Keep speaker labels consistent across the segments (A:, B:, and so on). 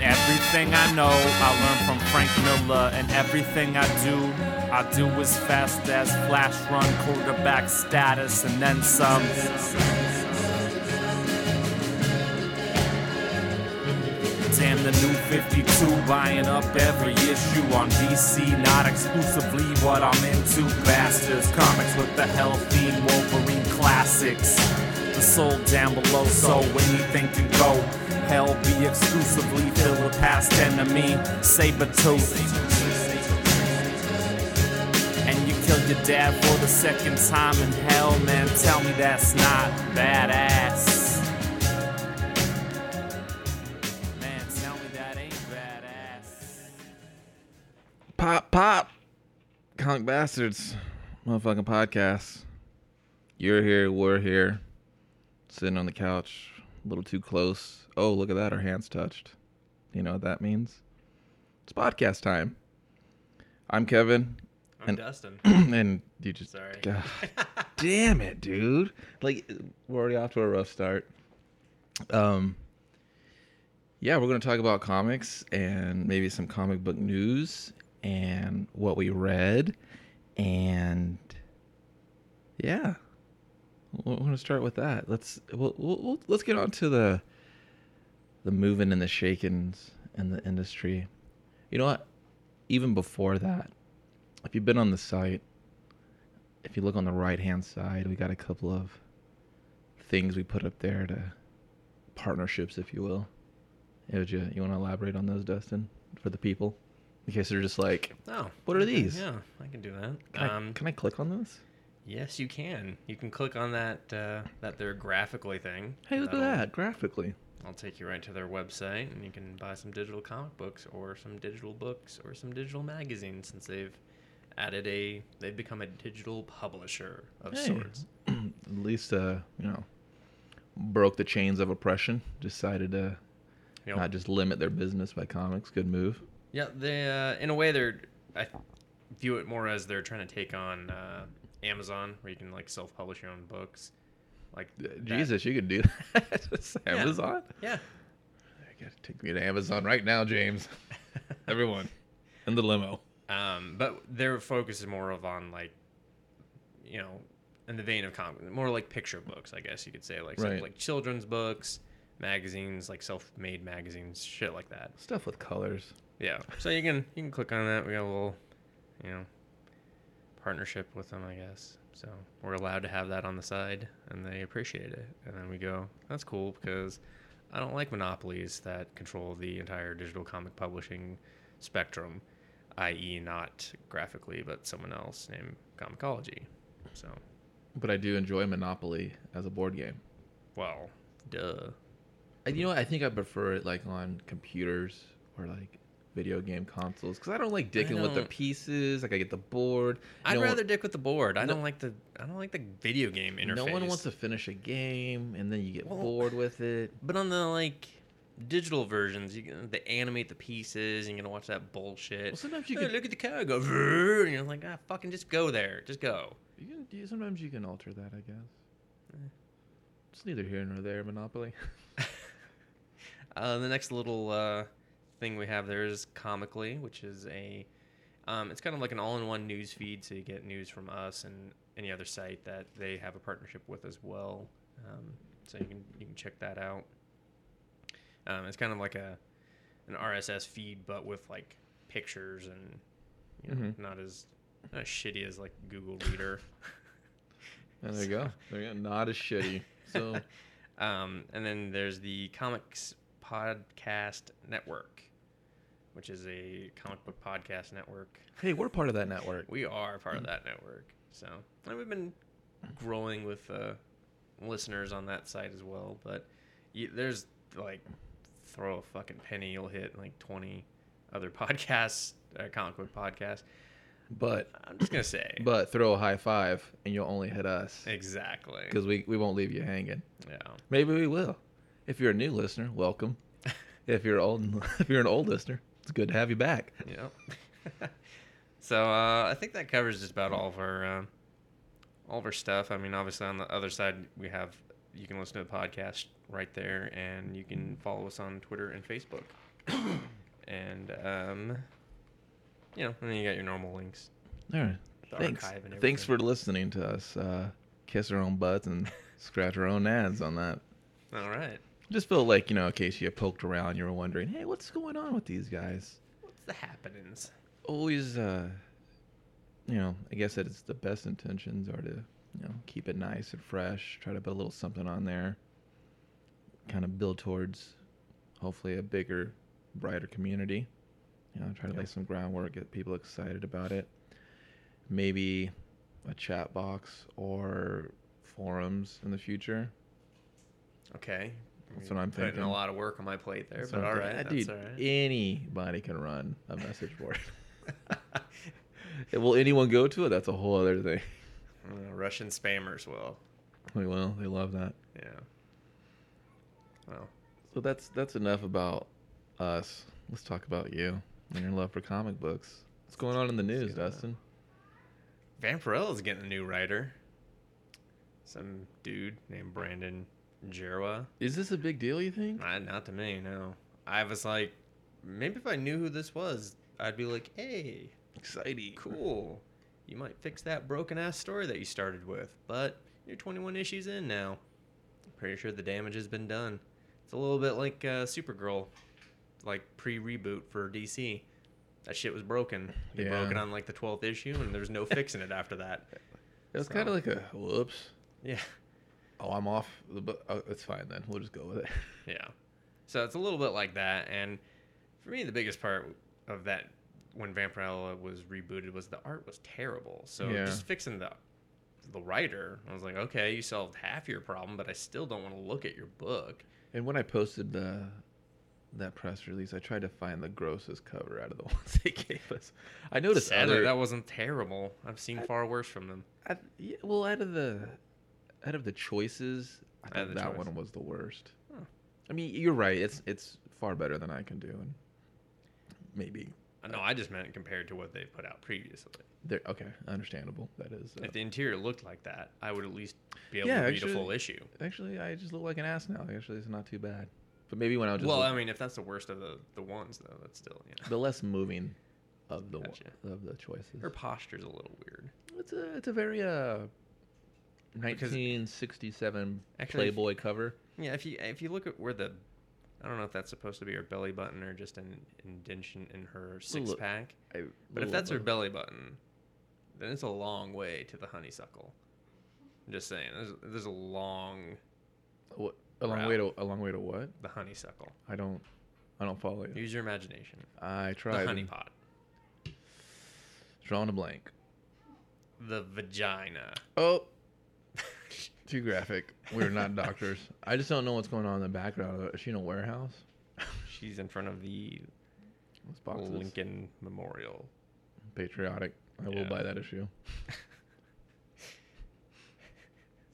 A: Everything I know, I learned from Frank Miller, and everything I do, I do as fast as flash run, quarterback status, and then some. Damn the new 52, buying up every issue on DC. Not exclusively what I'm into, bastards. Comics with the hell theme, Wolverine classics. The soul down below, so anything can go. Hell be exclusively filled with past enemy, saber-tooth. And you killed your dad for the second time in hell, man. Tell me that's not badass. Man, tell me that ain't badass.
B: Pop, pop. Comic Bastards. Motherfucking podcast. You're here, we're here. Sitting on the couch, a little too close. Oh, look at that. Our hands touched. You know what that means? It's podcast time. I'm Kevin.
C: I'm
B: And-
C: Dustin.
B: and you just.
C: Sorry.
B: God damn it, dude. Like, we're already off to a rough start. Um, yeah, we're going to talk about comics and maybe some comic book news and what we read. And yeah, we're going to start with that. Let's we'll, we'll, we'll- let's get on to the the moving and the shakings in the industry. You know what? Even before that, if you've been on the site, if you look on the right hand side, we got a couple of things we put up there to partnerships, if you will. Yeah, Would you you want to elaborate on those, Dustin, for the people, in case they're just like,
C: Oh,
B: What are
C: okay,
B: these?
C: Yeah, I can do that.
B: can, I,
C: um,
B: can I click on this?
C: yes, you can. You can click on that uh, that their graphically thing.
B: Hey, look at
C: That'll-
B: that graphically.
C: I'll take you right to their website, and you can buy some digital comic books, or some digital books, or some digital magazines, since they've added a they've become a digital publisher of
B: Hey.
C: sorts.
B: At least, uh, you know, broke the chains of oppression. Decided to
C: Yep.
B: not just limit their business by comics. Good move.
C: Yeah, they uh, in a way they're I view it more as they're trying to take on uh, Amazon, where you can like self-publish your own books. Like
B: Uh,
C: that-
B: Jesus, you could do that. It's Amazon.
C: Yeah.
B: I gotta take me to Amazon right now, James. Everyone, in the limo.
C: Um, but their focus is more of on like, you know, in the vein of comic, more like picture books, I guess you could say, like
B: Right.
C: stuff, like children's books, magazines, like self-made magazines, shit like that.
B: Stuff with colors.
C: Yeah. So you can you can click on that. We got a little, you know, partnership with them, I guess. So we're allowed to have that on the side, and they appreciate it. And then we go, that's cool because I don't like monopolies that control the entire digital comic publishing spectrum, i.e., not graphically, but someone else named Comicology. So,
B: But I do enjoy Monopoly as a board game.
C: well, duh.
B: I- You know, what? I think I prefer it like on computers or like video game consoles because I don't like dicking with the
C: don't-
B: pieces. Like I get the board.
C: I'd
B: No one-
C: rather dick with the board. I
B: No-
C: don't like the I don't like the video game interface.
B: No one wants to finish a game and then you get
C: Well-
B: bored with it.
C: But on the like digital versions, you can they animate the pieces and you're gonna watch that bullshit.
B: Well, sometimes you
C: Hey,
B: can-
C: look at the car go, "Vroom," and you're like, ah, fucking just go there, just go.
B: You can you- sometimes you can alter that, I guess.
C: Eh.
B: It's neither here nor there. Monopoly.
C: Uh, the next little uh, thing we have there is Comically, which is a, um, it's kind of like an all-in-one news feed, so you get news from us and any other site that they have a partnership with as well. Um, so you can you can check that out. Um, it's kind of like a, an RSS feed, but with like pictures and, you know,
B: Mhm.
C: not as, not as shitty as like Google Reader.
B: And there you go. There you go. Not as shitty. So
C: Um, and then there's the Comics Podcast Network, which is a comic book podcast network.
B: hey, we're part of that network.
C: We are part of that network, so and we've been growing with uh, listeners on that site as well. But you, there's like throw a fucking penny, you'll hit like 20 other podcasts, uh, comic book podcasts.
B: But
C: I'm just gonna say,
B: but throw a high five and you'll only hit us
C: exactly,
B: because we, we won't leave you hanging.
C: yeah.
B: Maybe we will. If you're a new listener, welcome. If you're old, if you're an old listener, it's good to have you back.
C: Yeah. so uh, I think that covers just about all of our uh, all of our stuff. I mean, obviously on the other side we have you can listen to the podcast right there, and you can follow us on Twitter and Facebook. and um, you know, and then you got your normal links.
B: All right.
C: The
B: Thanks.
C: archive and
B: Thanks for
C: everything.
B: listening to us uh, kiss our own butts and scratch our own ads on that.
C: All right.
B: Just felt like, you know, in case you poked around, you were wondering, hey, what's going on with these guys?
C: What's the happenings?
B: Always, uh, you know, I guess that it's the best intentions are to, you know, keep it nice and fresh, try to put a little something on there, kind of build towards hopefully a bigger, brighter community. You know, try to lay
C: Yeah.
B: some groundwork, get people excited about it. Maybe a chat box or forums in the future.
C: Okay.
B: That's
C: You're
B: what I'm
C: putting
B: thinking.
C: A lot of work on my plate there,
B: So
C: but
B: I'm
C: all
B: thinking,
C: right,
B: "Ah,
C: that's
B: dude,
C: all right.
B: anybody can run a message board. Will anyone go to it? That's a whole other thing.
C: Uh, Russian spammers will.
B: Like, well, they love that.
C: Yeah. Well,
B: So that's that's enough about us. Let's talk about you and your love for comic books. What's going on in the news,
C: get on that.
B: Dustin?
C: Vampirella's getting a new writer. Some dude named Brandon Jerwa.
B: Is this a big deal? You think?
C: Not, not to me, no. I was like, maybe if I knew who this was, I'd be like, hey,
B: Exciting.
C: cool. You might fix that broken ass story that you started with, but you're 21 issues in now. I'm pretty sure the damage has been done. It's a little bit like uh, Supergirl, like pre reboot for DC. That shit was broken. They broke
B: Yeah.
C: it on like the 12th issue, and there's no fixing it after that.
B: It was
C: So-
B: kind of like a whoops.
C: Yeah.
B: Oh, I'm off the book. Oh, it's fine then. We'll just go with it.
C: Yeah. So it's a little bit like that. And for me, the biggest part of that when Vampirella was rebooted was the art was terrible. So
B: Yeah.
C: just fixing the the writer, I was like, okay, you solved half your problem, but I still don't want to look at your book.
B: And when I posted the that press release, I tried to find the grossest cover out of the ones they gave us. I noticed
C: Sadly,
B: other-
C: that wasn't terrible. I've seen far worse from them.
B: I, yeah, well, out of the out of the choices, I thought
C: Out of the
B: that
C: choice.
B: one was the worst.
C: Huh.
B: I mean, you're right. It's it's far better than I can do, and maybe
C: Uh, No, I just meant compared to what they put out previously.
B: they're okay. Understandable. That is. uh,
C: If the interior looked like that, I would at least be able
B: Yeah,
C: to read
B: actually-
C: a full issue.
B: actually, I just look like an ass now. Actually, it's not too bad. But maybe when I was just
C: Well,
B: look-
C: I mean, if that's the worst of the, the ones, though, that's still, you know.
B: the less moving of the one-
C: Gotcha.
B: of the choices.
C: Her posture's a little weird.
B: It's a it's a very uh. 1967
C: Actually, if-
B: Playboy cover.
C: Yeah, if you if you look at where the, I don't know if that's supposed to be her belly button or just an indentation in her six
B: look-
C: pack.
B: I,
C: But if
B: little
C: that's her
B: above-
C: belly button, then it's a long way to the honeysuckle. I'm just saying, there's there's a long
B: what, a long way to a long way to what?
C: the honeysuckle.
B: I don't I don't follow you.
C: Use your imagination.
B: I
C: The
B: tried.
C: honey
B: and
C: pot,
B: Drawn a blank.
C: the vagina.
B: Oh, too graphic. We're not doctors. I just don't know what's going on in the background. of it. Is she in a warehouse?
C: She's in front of the
B: Those boxes.
C: Lincoln Memorial.
B: Patriotic. I will
C: Yeah.
B: buy that issue.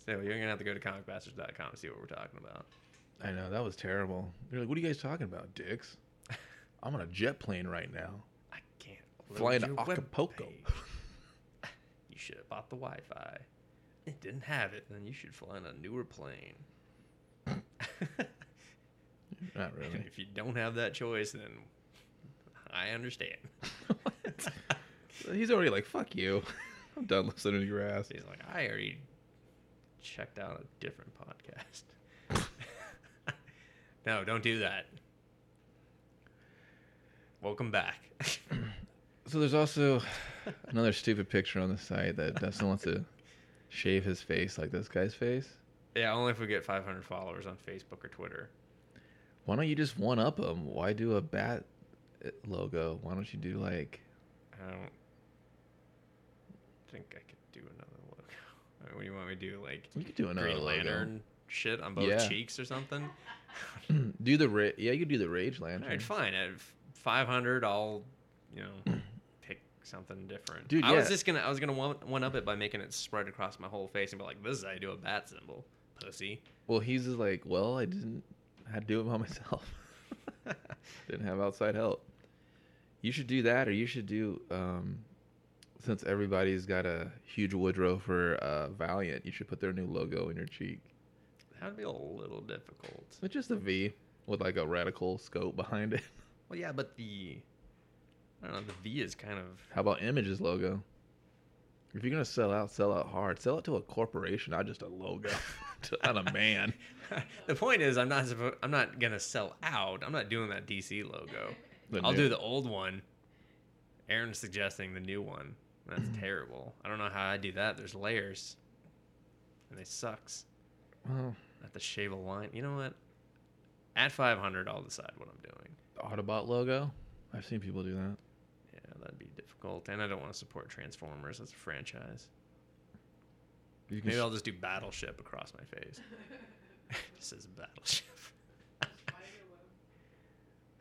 C: So you're gonna have to go to comicbastards.com to see what we're talking about.
B: I know that was terrible. They're like, "What are you guys talking about, dicks?" I'm on a jet plane right now,
C: I can't. load
B: flying to
C: your
B: Acapulco.
C: webpage. You should have bought the Wi Fi. It didn't have it, then you should fly on a newer plane.
B: not
C: And
B: really.
C: if you don't have that choice, then I understand.
B: He's already like, "Fuck you." I'm done listening to your ass.
C: He's like, I already checked out a different podcast. no, don't do that. Welcome back.
B: So there's also another stupid picture on the site that Dustin wants to shave his face like this guy's face.
C: yeah, only if we get 500 followers on Facebook or Twitter.
B: Why don't you just one up them? Why do a bat uh, logo? Why don't you do like
C: I don't think I could do another logo. I mean, what do you want me to do? Like
B: you could do another
C: Green
B: logo?
C: Lantern shit on both
B: Yeah.
C: cheeks or something?
B: Do the ra- yeah, you could do the rage
C: All
B: lantern.
C: right, fine. At f- 500, I'll you know pick something different.
B: Dude,
C: I was
B: yeah.
C: just gonna I was gonna one, one up it by making it spread across my whole face and be like, this is how you do a bat symbol, pussy.
B: Well, he's just like, well, I didn't. I had to do it by myself. didn't have outside help. You should do that, or you should do. Um, since everybody's got a huge Woodrow for uh, Valiant, you should put their new logo in your cheek,
C: That'd be a little difficult.
B: but just a V with like a radical scope behind it.
C: Well, yeah, but the I don't know. The V is kind of
B: How about Image's logo? If you're gonna sell out, sell out hard. Sell out to a corporation, not just a logo, to- not a man.
C: the point is I'm not suppo- I'm not gonna sell out. I'm not doing that DC logo.
B: The
C: I'll
B: new-
C: do the old one. Aaron's suggesting the new one. That's terrible. I don't know how I do that. There's layers, and they sucks.
B: Well,
C: I have to shave a line. You know what? At 500, I'll decide what I'm doing.
B: the Autobot logo. I've seen people do that.
C: Yeah, that'd be difficult, and I don't want to support Transformers as a franchise.
B: You can
C: Maybe
B: s-
C: I'll just do Battleship across my face. it says Battleship. Spiderweb.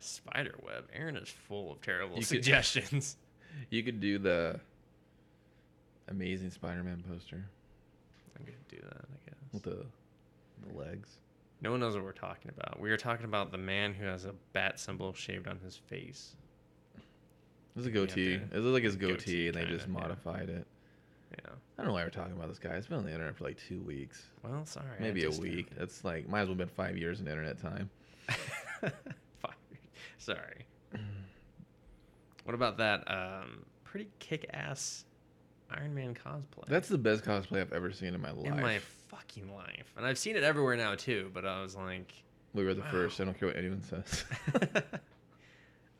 C: Spiderweb. Aaron is full of terrible
B: You could-
C: suggestions.
B: you could do the Amazing Spider-Man poster
C: I could do that, I guess.
B: with the the legs.
C: No one knows what we're talking about. We were talking about the man who has a bat symbol shaved on his face.
B: It was a
C: We have
B: goatee.
C: to-
B: It was like his goatee,
C: goatee,
B: and they just
C: kinda, yeah.
B: modified it.
C: Yeah.
B: I don't know why we're talking about this guy. It's been on the internet for like two weeks,
C: Well, sorry. I
B: maybe a
C: just found
B: week.
C: it.
B: That's like might as well been five years in internet time.
C: Fuck. Sorry. What about that um, pretty kick-ass Iron Man cosplay?
B: That's the best cosplay I've ever seen in my life.
C: in my fucking life, and I've seen it everywhere now too. But I was like,
B: we were the
C: Wow.
B: first. I don't care what anyone says.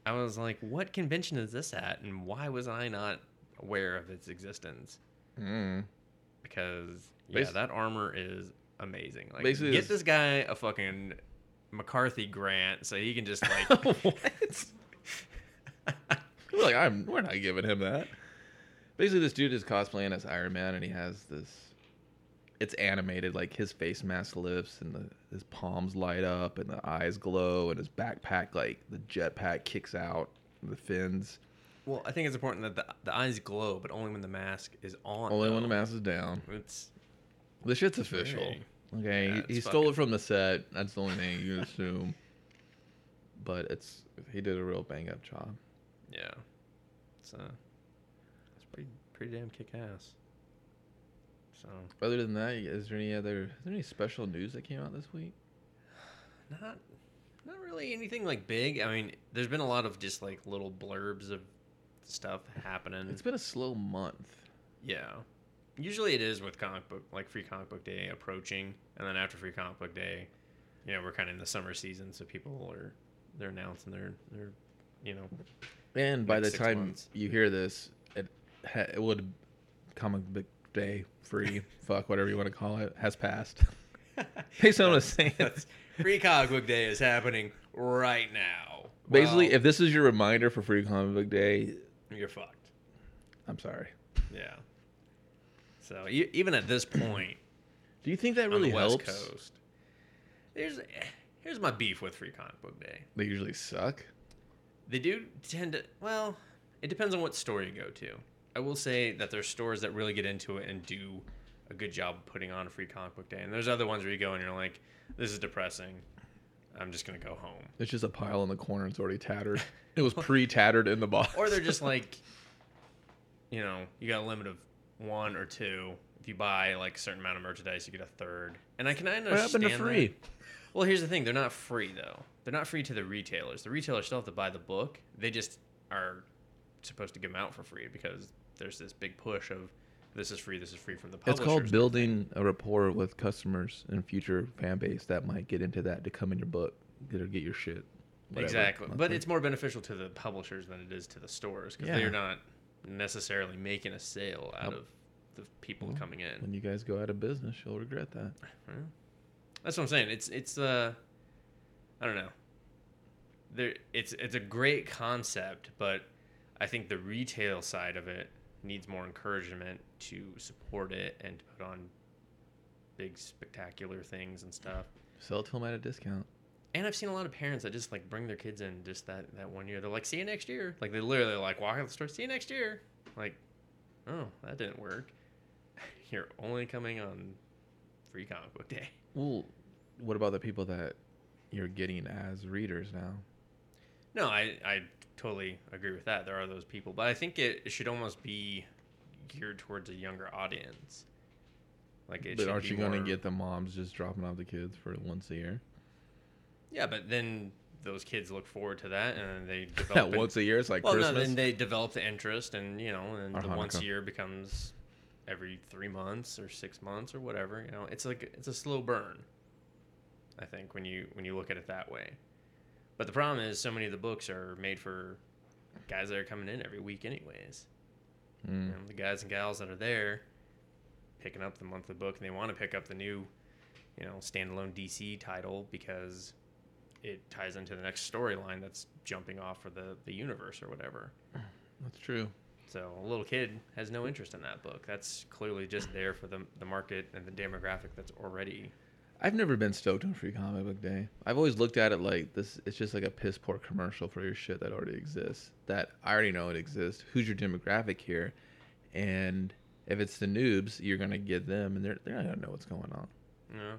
C: I was like, what convention is this at, and why was I not aware of its existence?
B: mm.
C: because yeah,
B: Basi-
C: that armor is amazing. Like,
B: Basically
C: get
B: it's-
C: this guy a fucking McCarthy grant so he can just like
B: what? We're like, I'm. We're not giving him that. Basically, this dude is cosplaying as Iron Man, and he has this. It's animated, like his face mask lifts, and the, his palms light up, and the eyes glow, and his backpack, like the jetpack, kicks out the fins.
C: well, I think it's important that the, the eyes glow, but only when the mask is on.
B: Only when the
C: though.
B: mask is down.
C: It's
B: The shit's official.
C: Hey.
B: Okay,
C: Yeah,
B: he- he,
C: it's
B: stole it from the set. That's the only thing you can assume. But it's he did a real bang up job.
C: yeah, it's uh, it's pretty pretty damn kick ass. So
B: Other than that, is there any other is there any special news that came out this week?
C: not not really anything like big. I mean, there's been a lot of just like little blurbs of stuff happening.
B: It's been a slow month.
C: Yeah. Usually it is with comic book, like Free Comic Book Day approaching, and then after Free Comic Book Day, you know, we're kind of in the summer season, so people are they're announcing their their, you know,
B: And by
C: Like
B: the
C: six
B: time
C: months.
B: you hear this, it ha- it would comic book day free fuck whatever you want to call it has passed. Based on what I'm saying.
C: Free Comic Book Day is happening right now.
B: Basically,
C: Well,
B: if this is your reminder for free comic book day,
C: you're fucked.
B: I'm sorry.
C: Yeah. So e- even at this point,
B: Do you think that
C: on
B: really
C: the West
B: helps?
C: Coast, here's here's my beef with Free Comic Book Day.
B: They usually suck.
C: They do tend to. Well, it depends on what store you go to. I will say that there's stores that really get into it and do a good job of putting on a free comic book day, and there's other ones where you go and you're like, "This is depressing. I'm just gonna go home."
B: It's just a pile in the corner. It's already tattered. It was pre-tattered in the box.
C: Or they're just like, you know, you got a limit of one or two. If you buy like a certain amount of merchandise, you get a third. And I can I understand
B: what happened to
C: that.
B: free?
C: Well, here's the thing: they're not free though. They're not free to the retailers. The retailers still have to buy the book. They just are supposed to give them out for free because there's this big push of this is free, this is free from the
B: It's
C: publishers.
B: called building a rapport with customers and future fan base that might get into that to come in your book get or get your shit. whatever,
C: exactly, but
B: monthly.
C: it's more beneficial to the publishers than it is to the stores because
B: Yeah.
C: they're not necessarily making a sale out
B: Yep.
C: of the people
B: Well,
C: coming in.
B: when you guys go out of business, you'll regret that.
C: Well, That's what I'm saying. It's it's uh I don't know. There it's it's a great concept, but I think the retail side of it needs more encouragement to support it and to put on big spectacular things and stuff.
B: Sell it to them at a discount.
C: And I've seen a lot of parents that just like bring their kids in just that that one year. They're like, "See you next year." Like they literally like walk out the store, "See you next year." Like, "Oh, that didn't work. You're only coming on free comic book day."
B: Well, what about the people that you're getting as readers now?
C: No, I, I totally agree with that. There are those people, but I think it, it should almost be geared towards a younger audience. Like it
B: but
C: should
B: aren't
C: be
B: you
C: more,
B: going to get the moms just dropping off the kids for once a year?
C: Yeah, but then those kids look forward to that, and then they develop.
B: That
C: an-
B: once a year, it's like
C: well, no,
B: Christmas. Uh-huh,
C: then they develop the interest, and you know, and
B: Or
C: the once a
B: Hanukkah.
C: year becomes every three months or six months or whatever. You know, it's like it's a slow burn. I think when you when you look at it that way, but the problem is so many of the books are made for guys that are coming in every week, anyways. You
B: Mm.
C: know, the guys and gals that are there picking up the monthly book and they want to pick up the new, you know, standalone DC title because it ties into the next storyline that's jumping off for the, the universe or whatever.
B: That's true.
C: So a little kid has no interest in that book. That's clearly just there for the, the market and the demographic that's already.
B: I've never been stoked on Free Comic Book Day. I've always looked at it like this. It's just like a piss poor commercial for your shit that already exists. That I already know it exists. Who's your demographic here? And if it's the noobs, you're gonna get them, and they're they're not gonna know what's going on.
C: You know?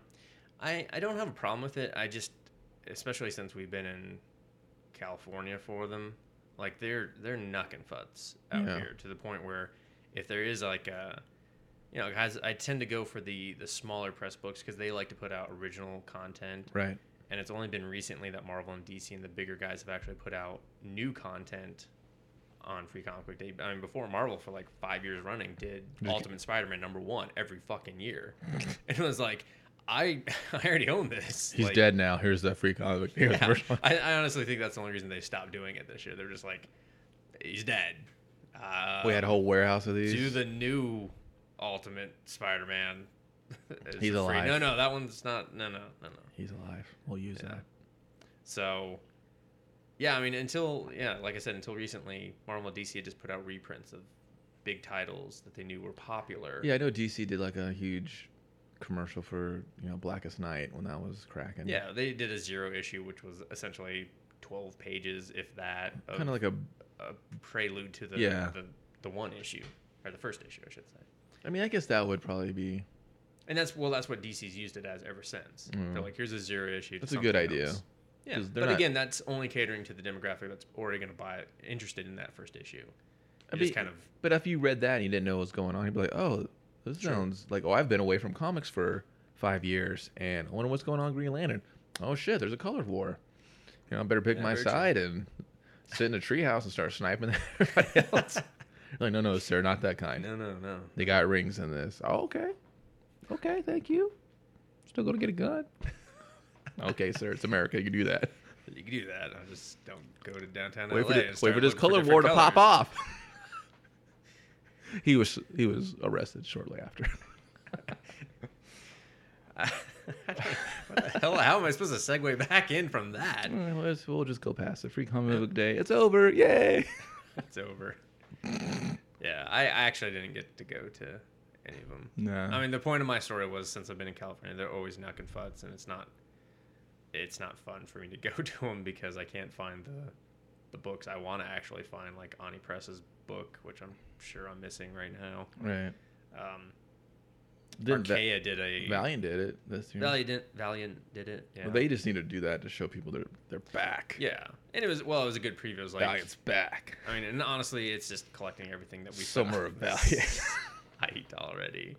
C: I, I don't have a problem with it. I just, especially since we've been in California for them, like they're they're knucking futs out
B: Yeah.
C: here to the point where if there is like a you know guys i tend to go for the the smaller press books because they like to put out original content
B: Right.
C: and it's only been recently that marvel and dc and the bigger guys have actually put out new content on free comic book day i mean before marvel for like five years running did
B: Just-
C: ultimate spider-man number one every fucking year and it was like i i already own this
B: He's
C: Like,
B: dead now. Here's the Free Comic Book Day.
C: yeah.
B: commercial.
C: I, I honestly think that's the only reason they stopped doing it this year. They're just like, he's dead. Uh,
B: we had a whole warehouse of these.
C: do the new Ultimate Spider-Man. It's
B: He's
C: free-
B: alive.
C: No, no, that one's not. No, no, no, no.
B: He's alive. We'll use
C: Yeah.
B: that.
C: So, yeah, I mean, until yeah, like I said, until recently, Marvel and DC had just put out reprints of big titles that they knew were popular.
B: Yeah, I know DC did like a huge commercial for you know Blackest Night when that was cracking.
C: Yeah, they did a zero issue, which was essentially twelve pages, if that, of
B: Kind of like a.
C: a prelude to the,
B: Yeah.
C: the the one issue or the first issue, I should say.
B: I mean, I guess that would probably be.
C: And that's well, that's what DC's used it as ever since. They're
B: Mm.
C: like, here's a zero issue. to
B: That's a good
C: something
B: idea.
C: else. Yeah,
B: 'Cause they're
C: but
B: not-
C: again, that's only catering to the demographic that's already going to buy it, interested in that first issue.
B: I
C: It's
B: mean-
C: kind of
B: But if you read that and you didn't know what was going on, you'd be like, "Oh, this
C: Sure.
B: sounds like oh, I've been away from comics for five years, and I wonder what's going on with Green Lantern. Oh shit, there's a color war. You know, I better pick
C: Yeah,
B: my
C: very true.
B: side and sit in a treehouse and start sniping everybody else." like, no, no, sir, not that kind.
C: no, no, no.
B: They got rings in this. Oh, okay, okay, thank you. Still gonna get a gun. okay, sir, it's America. You can do that.
C: You can do that. I just don't go to downtown
B: Wait
C: LA.
B: for,
C: and
B: this, wait
C: start
B: for this
C: looking
B: color
C: different
B: war to pop
C: colors.
B: off. he was he was arrested shortly after.
C: what the hell? How am I supposed to segue back in from that?
B: All right, let's- we'll just go past it. Free comic book day. It's over. Yay.
C: It's over. yeah, I, I actually didn't get to go to any of them.
B: No.
C: I mean, the point of my story was since I've been in California, they're always knocking futs, and it's not, it's not fun for me to go to them because I can't find the, the books I want to actually find, like Ani Press's book, which I'm sure I'm missing right now.
B: right.
C: Um,
B: Didn't Va-
C: Archaea did a
B: Valiant did it this year.
C: Valiant did, Valiant did it. Yeah.
B: Well, they just need to do that to show people they're they're back.
C: yeah, and it was well, it was a good preview. It was like,
B: Valiant's back.
C: I mean, and honestly, it's just collecting everything that we
B: Summer of Valiant.
C: height already.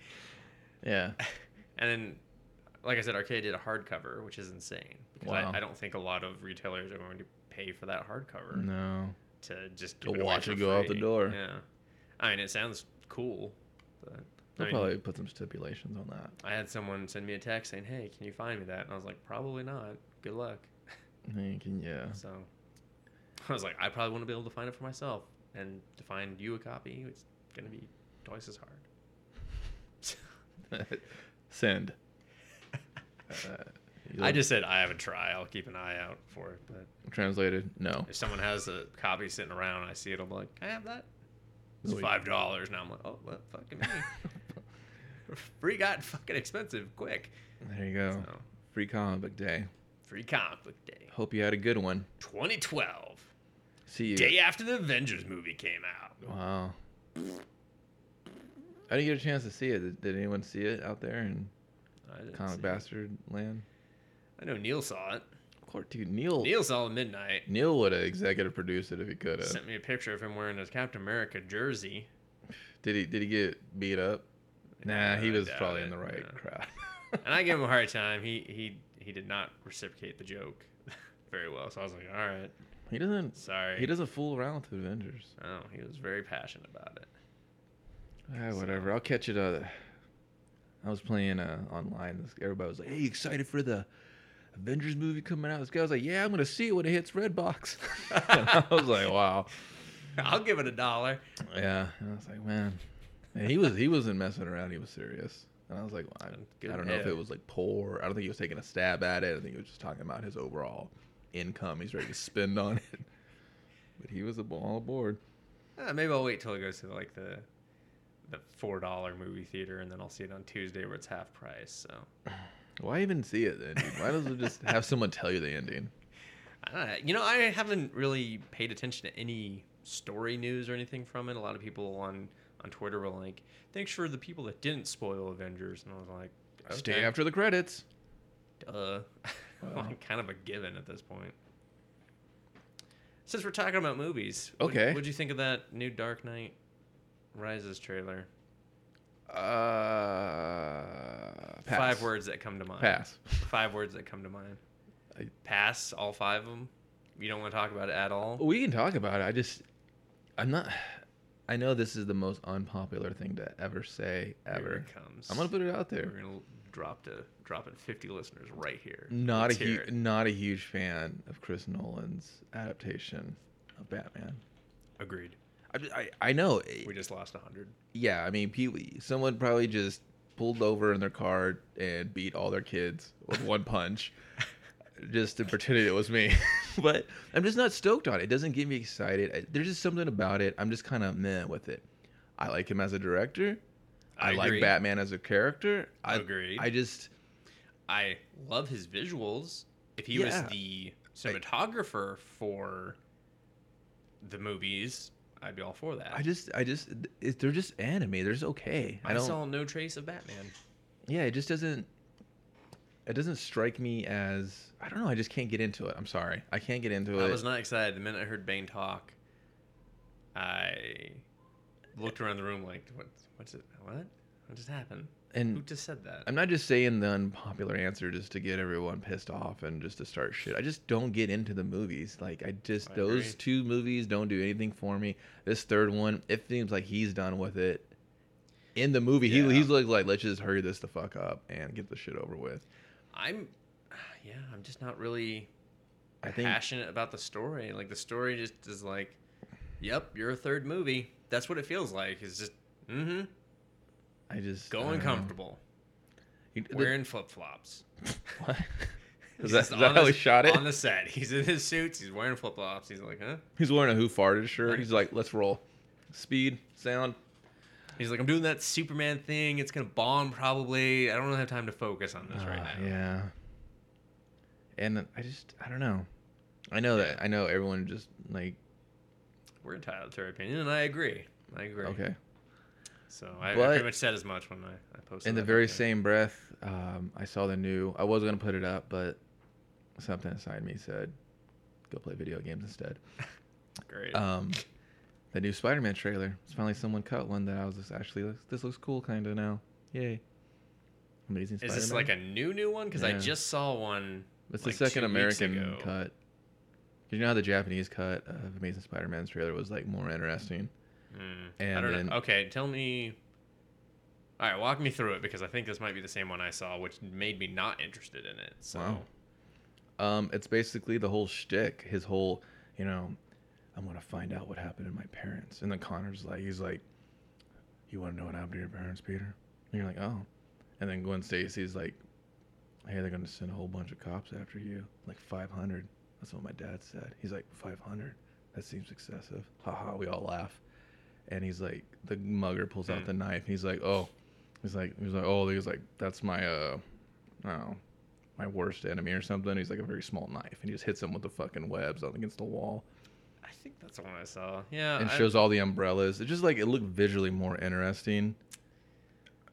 B: yeah.
C: And then, like I said, Arcade did a hardcover, which is insane. Because
B: Wow.
C: I, I don't think a lot of retailers are going to pay for that hardcover
B: No.
C: to just
B: To
C: give away
B: watch
C: for
B: it go out the
C: free.
B: door.
C: Yeah, I mean, it sounds cool. But, I,
B: They'll
C: mean,
B: probably put some stipulations on that.
C: I had someone send me a text saying, "Hey, can you find me that?" And I was like, "Probably not. Good luck."
B: I think, yeah.
C: So I was like, "I probably want to be able to find it for myself, and to find you a copy, it's gonna be twice as hard."
B: Send. Uh,
C: I just said I have a try. I'll keep an eye out for it, but
B: translated. No.
C: if someone has a copy sitting around and I see it, I'm like, "Can I have that. It's
B: No, you-
C: five dollars. Now I'm like, oh, well, fucking me. free got fucking expensive quick.
B: There you go.
C: So,
B: Free comic book day.
C: free comic book day,
B: Hope you had a good one.
C: 2012,
B: See you.
C: day after the Avengers movie came out.
B: Wow. I didn't get a chance to see it. Did, did anyone see it out there in
C: I didn't see
B: Comic
C: it.
B: Bastard Land?
C: I know Neil saw it.
B: Of course, dude. Neil Neil,
C: Neil saw it at midnight.
B: would have executive produced it if he could have.
C: Sent me a picture of him wearing his Captain America jersey.
B: Did he? Did he get beat up? Nah, he
C: I
B: was
C: doubt
B: probably in
C: it,
B: the right
C: yeah.
B: crowd.
C: And I gave him a hard time. He he he did not reciprocate the joke. very well. So I was like, all right,
B: He doesn't.
C: sorry.
B: He doesn't fool around with Avengers.
C: Oh, he was very passionate about it.
B: Ah, whatever. I'll catch it. Uh, I was playing uh, online. This, everybody was like, "Hey, you excited for the Avengers movie coming out?" This guy was like, "Yeah, I'm gonna see it when it hits Redbox." and I was like, "Wow."
C: I'll give it a dollar.
B: Yeah, and I was like, "Man," and he was he wasn't messing around. He was serious. And I was like, well, I,
C: Good
B: I don't know if
C: head.
B: it was like poor. I don't think he was taking a stab at it. I think he was just talking about his overall income. He's ready to spend on it. But he was a- all aboard.
C: Uh, maybe I'll wait till it goes to like the the four dollar movie theater, and then I'll see it on Tuesday where it's half price. So
B: Why even see it then? dude? Why doesn't it just have someone tell you the ending?
C: I don't know. Uh, You know, I haven't really paid attention to any story news or anything from it. A lot of people on on Twitter were like, "Thanks for the people that didn't spoil Avengers," and I was like,
B: Stay
C: "Okay,
B: after the credits.
C: duh." like, kind of a given at this point. Since we're talking about movies, what-
B: Okay.
C: what'd you think of that new Dark Knight Rises trailer?
B: Uh, pass.
C: Five words that come to mind.
B: Pass.
C: Five words that come to mind.
B: I-
C: Pass all five of them. You don't want to talk about it at all.
B: We can talk about it. I just, I'm not. I know this is the most unpopular thing to ever say
C: Here
B: ever.
C: it comes.
B: I'm gonna put it out there.
C: We're gonna drop to dropping 50 listeners right here.
B: Not
C: Let's
B: a
C: hear
B: huge,
C: it.
B: not a huge fan of Chris Nolan's adaptation of Batman.
C: Agreed.
B: I, I, I know. eh,
C: We just lost 100.
B: Yeah, I mean, people, someone probably just pulled over in their car and beat all their kids with one punch, just to pretend it was me. but I'm just not stoked on it. It doesn't get me excited. I, there's just something about it. I'm just kind of meh with it. I like him as a director. I,
C: I
B: like
C: agree.
B: Batman as a character. I
C: Agreed.
B: I just
C: I love his visuals. If he
B: Yeah.
C: was the cinematographer for the movies, I'd be all for that.
B: I just I just it, they're just anime. They're just okay. I
C: I
B: don't.
C: saw no trace of Batman.
B: yeah, it just doesn't. It doesn't strike me as I don't know. I just can't get into it. I'm sorry. I can't get into
C: I
B: it.
C: was not excited the minute I heard Bane talk. I looked around the room like, what? What's it? What? What just happened?
B: and
C: Who just said that?
B: Hmm. I'm not just saying the unpopular answer just to get everyone pissed off and just to start shit. I just don't get into the movies. Like I just
C: I
B: those
C: agree.
B: two movies don't do anything for me. This third one, it seems like he's done with it. In the movie,
C: Yeah.
B: he, he's like, like, let's just hurry this the fuck up and get the shit over with.
C: I'm, yeah, I'm just not really
B: I think
C: passionate about the story. Like the story just is like, yep, you're a third movie. That's what it feels like. It's just mm-hmm,
B: I just I
C: going
B: don't know.
C: comfortable,
B: You- Uh, the-
C: wearing flip flops.
B: What? Is that, is that how he shot it?
C: on the set? He's in his suits. He's wearing flip flops. He's like, huh?
B: He's wearing a Who Farted shirt. He's like, let's roll. Speed, sound.
C: He's like, I'm doing that Superman thing. It's gonna bomb probably. I don't really have time to focus on this right
B: Ah,
C: now.
B: Yeah. And I just, I don't know. I know that. I know everyone just like,
C: We're entitled to our opinion, and I agree. I agree.
B: okay.
C: So I, I
B: But-
C: pretty much said as much when I, I posted.
B: In the
C: that
B: very
C: up there.
B: same breath, um, I saw the new, I was going to put it up, but something inside me said, go play video games instead.
C: Great.
B: Um, the new Spider Man trailer. It's finally someone cut one that I was just actually, this looks cool kind of now. Yay. Amazing
C: Is
B: Spider-Man.
C: this like a new new one? Because I
B: Yeah.
C: just saw one.
B: It's
C: like,
B: the second
C: two weeks
B: American
C: ago.
B: cut. 'Cause You know how the Japanese cut of Amazing Spider-Man's trailer was like more interesting.
C: Hmm, I
B: And
C: don't
B: then-
C: know. Okay, tell me. All right, walk me through it because I think this might be the same one I saw, which made me not interested in it. So
B: Wow. Um, it's basically the whole shtick. His whole, you know, I'm gonna find out what happened to my parents. And then Connor's like, he's like, you want to know what happened to your parents, Peter? And you're like, oh. And then Gwen Stacy's like, hey, they're gonna send a whole bunch of cops after you, like 500. That's what my dad said. He's like, 500. That seems excessive. Haha, we all laugh. And he's like, the mugger pulls out
C: Hmm.
B: the knife. He's like, oh, he's like, he's like, oh, he's like, that's my uh, oh, my worst enemy or something. He's like a very small knife, and he just hits him with the fucking webs on against the wall,
C: I think that's the one I saw. Yeah.
B: and
C: I-
B: shows all the umbrellas. It just like it looked visually more interesting,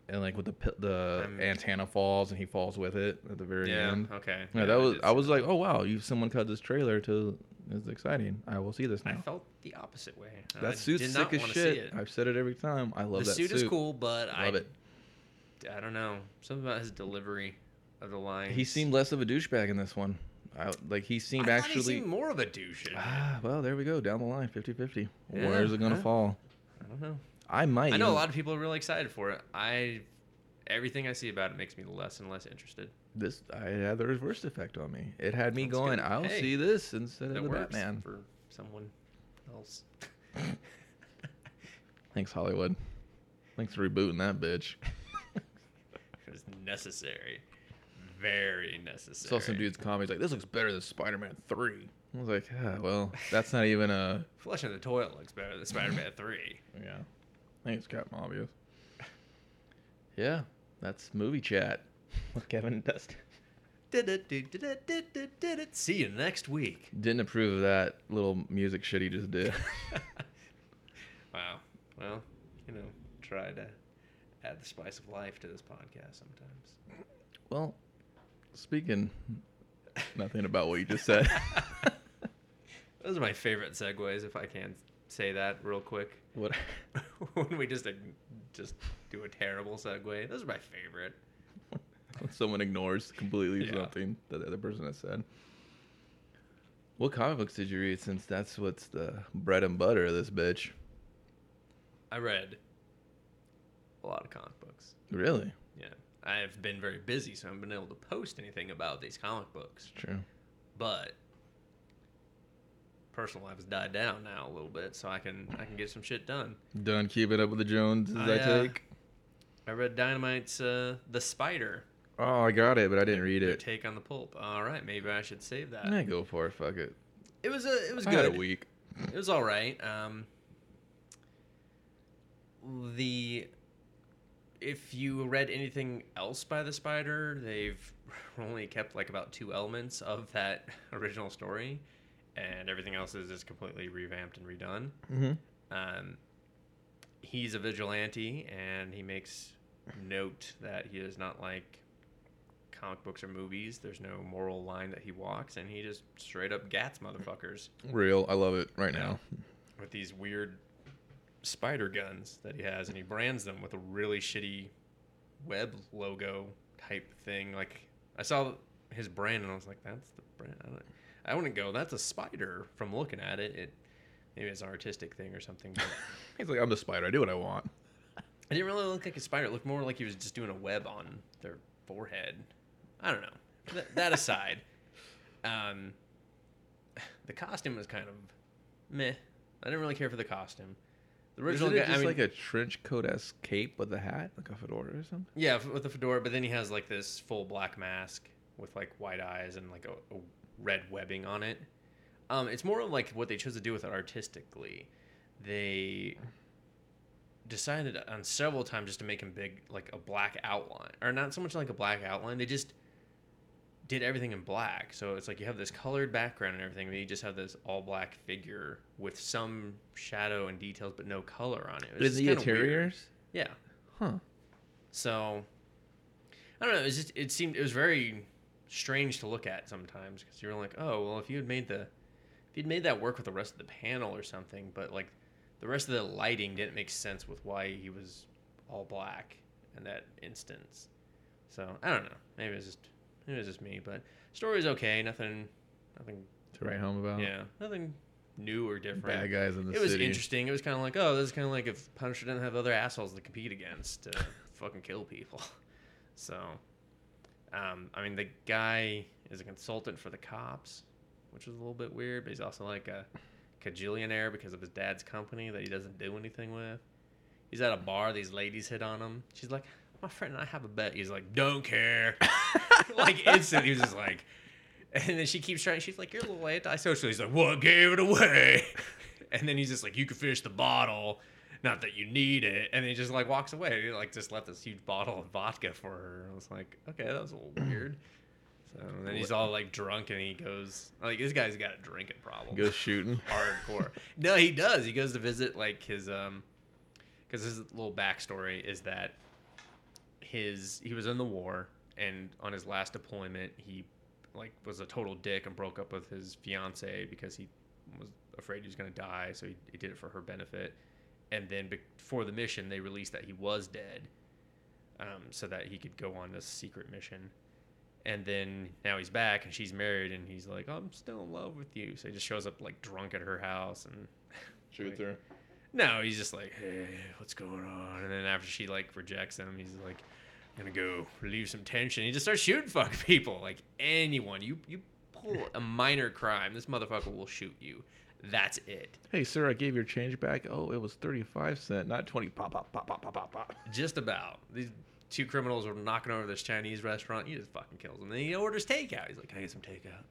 B: and like with the pi- the
C: I'm-
B: antenna falls and he falls with it at the very
C: yeah.
B: end.
C: Okay.
B: Yeah, that was
C: did
B: I
C: see
B: was
C: that.
B: like, oh wow, you someone cut this trailer to it's exciting. I will see this
C: I
B: now.
C: felt the opposite way. I
B: That suit's
C: did
B: sick
C: not
B: as
C: wanna see
B: shit.
C: it.
B: I've said it every time. I love
C: the
B: that
C: suit,
B: suit.
C: is cool, but I
B: Love it.
C: I don't know something about his delivery of the line.
B: He seemed less of a douchebag in this one. I, like he seemed
C: I thought he
B: actually.
C: seemed more of a douche. in it.
B: Ah, well, there we go. Down the line, 50-50.
C: Yeah,
B: Where's it gonna
C: huh?
B: fall?
C: I don't know.
B: I might.
C: I know a
B: even-
C: lot of people are really excited for it. I everything I see about it makes me less and less interested.
B: This I it had the reverse effect on me. It had me
C: That's
B: going.
C: good.
B: I'll
C: Hey,
B: see this instead
C: that
B: of the
C: works
B: Batman.
C: for someone else.
B: Thanks Hollywood. Thanks for rebooting that bitch.
C: It was necessary, very
B: Saw
C: necessary.
B: some dude's comments like, "This looks better than Spider-Man 3. I was like, ah, well, that's not even a
C: Flush in the toilet looks better than Spider-Man Three.
B: yeah. I think it's Captain Obvious. Yeah, that's movie chat with Kevin and Dustin.
C: Did it, did it, did it, did it. See you next week.
B: Didn't approve of that little music shit he just did.
C: wow. Well, you know, try to add the spice of life to this podcast sometimes.
B: Well, speaking nothing about what you just said.
C: Those are my favorite segues, if I can say that real quick.
B: what?
C: when we just ign- just do a terrible segue. Those are my favorite.
B: when someone ignores completely
C: Yeah.
B: something that the other person has said. What comic books did you read? Since that's what's the bread and butter of this bitch.
C: I read a lot of comic books.
B: Really?
C: Yeah. I've been very busy, so I haven't been able to post anything about these comic books.
B: It's true.
C: But personal life has died down now a little bit, so I can I can get some shit done.
B: Done keeping up with the Joneses. I,
C: I, uh,
B: take.
C: I read Dynamite's uh, The Spider.
B: Oh, I got it, but I didn't read
C: Their
B: it.
C: take on the pulp. All right, maybe I should save that.
B: I go for it. Fuck it.
C: It was a it was
B: I
C: good.
B: had a week.
C: It was all right. Um, the if you read anything else by the spider, they've only kept like about two elements of that original story, and everything else is just completely revamped and redone.
B: Mm-hmm.
C: Um, he's a vigilante, and he makes note that he does not like comic books or movies. There's no moral line that he walks, and he just straight up gats motherfuckers
B: Real. I love it right now.
C: with these weird spider guns that he has, and he brands them with a really shitty web logo type thing. Like I saw his brand, and I was like, "That's the brand." I, don't, I wouldn't go. That's a spider. From looking at it, it maybe it's an artistic thing or something. But
B: He's like, I'm the spider. I do what I want.
C: it didn't really look like a spider. It looked more like he was just doing a web on their forehead. I don't know. Th- that aside, um, the costume was kind of meh. I didn't really care for the costume. The original
B: Isn't it
C: guy,
B: just
C: I mean,
B: like a trench coat esque cape with a hat, like a fedora or something?
C: yeah, f- with the fedora, but then he has like this full black mask with like white eyes and like a, a red webbing on it. Um, it's more of like what they chose to do with it artistically. They decided on several times just to make him big, like a black outline, or not so much like a black outline. They just did everything in black, so it's like you have this colored background and everything, but you just have this all black figure with some shadow and details, but no color on it. It
B: Is
C: was just
B: he
C: kinda weird.
B: interiors?
C: Yeah.
B: Huh.
C: So I don't know. It was just it seemed it was very strange to look at sometimes because you're like, oh well, if you had made the if you'd made that work with the rest of the panel or something, but like the rest of the lighting didn't make sense with why he was all black in that instance. So I don't know. Maybe it's just maybe it's just me, but story's okay. Nothing, nothing.
B: To write home about.
C: Yeah, nothing new or different
B: Uh, Bad guys in the
C: it was
B: city.
C: interesting. It was kind of like, oh, this is kind of like if Punisher didn't have other assholes to compete against to fucking kill people. So, um, I mean, the guy is a consultant for the cops, which was a little bit weird, but he's also like a cajillionaire because of his dad's company that he doesn't do anything with. He's at a bar. These ladies hit on him. She's like, my friend and I have a bet. He's like, don't care. like instant, he was just like, and then she keeps trying. She's like, "You're a little antisocial." He's like, "What gave it away?" And then he's just like, "You can finish the bottle, not that you need it." And he just like walks away. He like just left this huge bottle of vodka for her. I was like, "Okay, that was a little weird." So and then he's all like drunk, and he goes like, "This guy's got a drinking problem."
B: Go shooting.
C: hardcore. no, he does. He goes to visit like his um, because his little backstory is that his he was in the war and on his last deployment he like was a total dick and broke up with his fiance because he was afraid he was going to die so he, he did it for her benefit and then before the mission they released that he was dead um, so that he could go on this secret mission And then now he's back and she's married and he's like, I'm still in love with you. So he just shows up like drunk at her house and
B: Truth or
C: no, he's just like, hey, what's going on? And then after she like rejects him, he's like, I'm gonna go relieve some tension. He just starts shooting fucking people, like anyone. You you pull a minor crime, this motherfucker will shoot you. That's it.
B: Hey, sir, I gave your change back. Oh, it was 35 cent, not 20. Pop, pop, pop, pop, pop, pop, pop.
C: Just about. These two criminals were knocking over this Chinese restaurant. He just fucking kills them. Then he orders takeout. He's like, Can I get some takeout?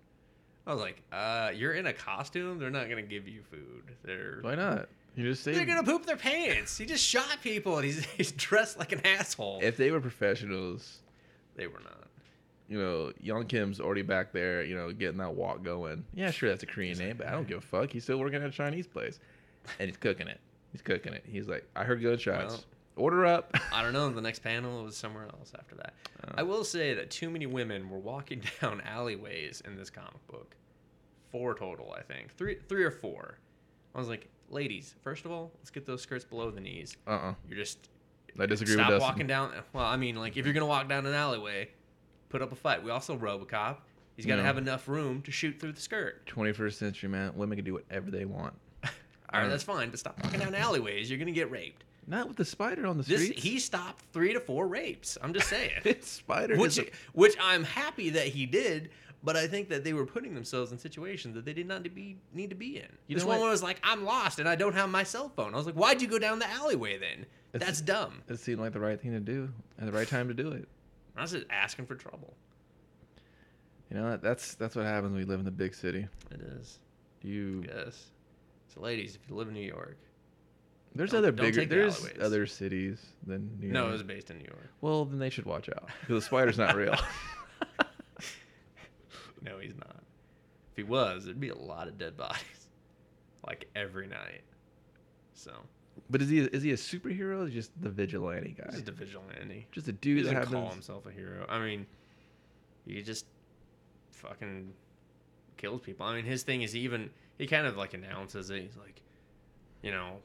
C: I was like, uh, you're in a costume. They're not gonna give you food. They're
B: Why not? You just say
C: they're gonna poop their pants. He just shot people, and he's, he's dressed like an asshole.
B: if they were professionals,
C: they were not.
B: you know, Young Kim's already back there, you know, getting that walk going. Yeah, sure, that's a Korean name, but I don't give a fuck. He's still working at a Chinese place, and he's cooking it. He's cooking it. He's like, I heard gunshots.
C: Well-
B: Order up.
C: I don't know. The next panel was somewhere else after that. I will say that too many women were walking down alleyways in this comic book. Four total, I think. Three, three or four. I was like, ladies, first of all, let's get those skirts below the knees.
B: Uh uh
C: You're just
B: I disagree
C: stop
B: with Dustin.
C: walking down. Well, I mean, like if you're gonna walk down an alleyway, put up a fight. We also RoboCop. He's got to
B: No.
C: have enough room to shoot through the skirt.
B: 21st century, man. Women can do whatever they want.
C: All right,
B: Um,
C: that's fine, but stop walking down alleyways. You're gonna get raped.
B: Not with the spider on the
C: This
B: streets.
C: he stopped three to four rapes. I'm just saying.
B: this spider
C: which
B: is a-
C: which I'm happy that he did, but I think that they were putting themselves in situations that they did not to be need to be in.
B: You
C: this
B: know
C: one
B: what?
C: was like, "I'm lost and I don't have my cell phone." I was like, "Why'd you go down the alleyway then?" That's dumb.
B: It seemed like the right thing to do and the right time to do it.
C: I was just asking for trouble.
B: You know, that's that's what happens when you live in the big city.
C: It is.
B: You
C: Yes. So, ladies, if you live in New York,
B: there's
C: Don't-
B: other
C: don't
B: bigger
C: take the
B: there's
C: alleyways.
B: other cities than New York.
C: no, it was based in New York.
B: well then they should watch out because the spider's not real.
C: No, he's not. If he was, there'd be a lot of dead bodies, like every night. So,
B: But is he is he a superhero? Or just the vigilante guy?
C: this is the vigilante.
B: Just a
C: He
B: dude that
C: doesn't
B: happens.
C: call himself a hero. I mean, he just fucking kills people. I mean, his thing is he even he kind of like announces it. He's like, you know,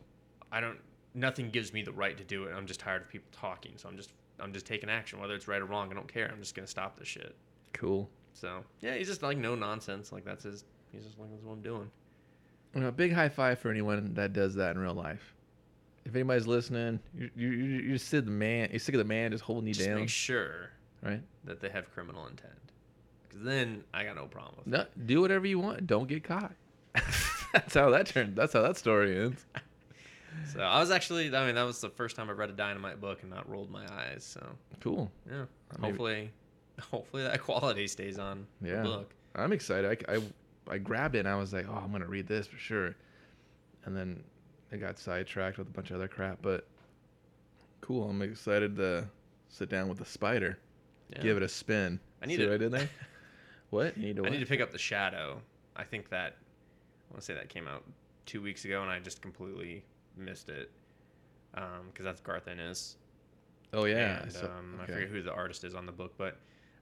C: I don't. Nothing gives me the right to do it. I'm just tired of people talking, so I'm just I'm just taking action, whether it's right or wrong. I don't care. I'm just gonna stop this shit.
B: Cool.
C: So yeah, he's just like no nonsense. Like that's his. He's just like that's what I'm doing.
B: You know, big high five for anyone that does that in real life. If anybody's listening, you you you you're sick of the man. You're sick of the man just holding you
C: Just
B: down,
C: make sure
B: right?
C: that they have criminal intent, because then I got no problem with
B: No, do whatever you want. Don't get caught. that's how that turned. That's how that story ends.
C: So I was actually, I mean, that was the first time I read a Dynamite book and not rolled my eyes. So
B: Cool.
C: yeah,
B: Maybe-
C: hopefully, hopefully that quality stays on
B: Yeah.
C: the book.
B: I'm excited. I, I, I grabbed it and I was like, oh, I'm gonna read this for sure. And then I got sidetracked with a bunch of other crap. But cool. I'm excited to sit down with the spider,
C: Yeah.
B: give it a spin.
C: I need
B: See
C: to-
B: what I did there. What? You need to.
C: I
B: what?
C: need to pick up the Shadow. I think that I want to say that came out two weeks ago, and I just completely missed it because that's Garth Ennis.
B: oh yeah. I
C: and,
B: saw-
C: um,
B: okay.
C: I forget who the artist is on the book, but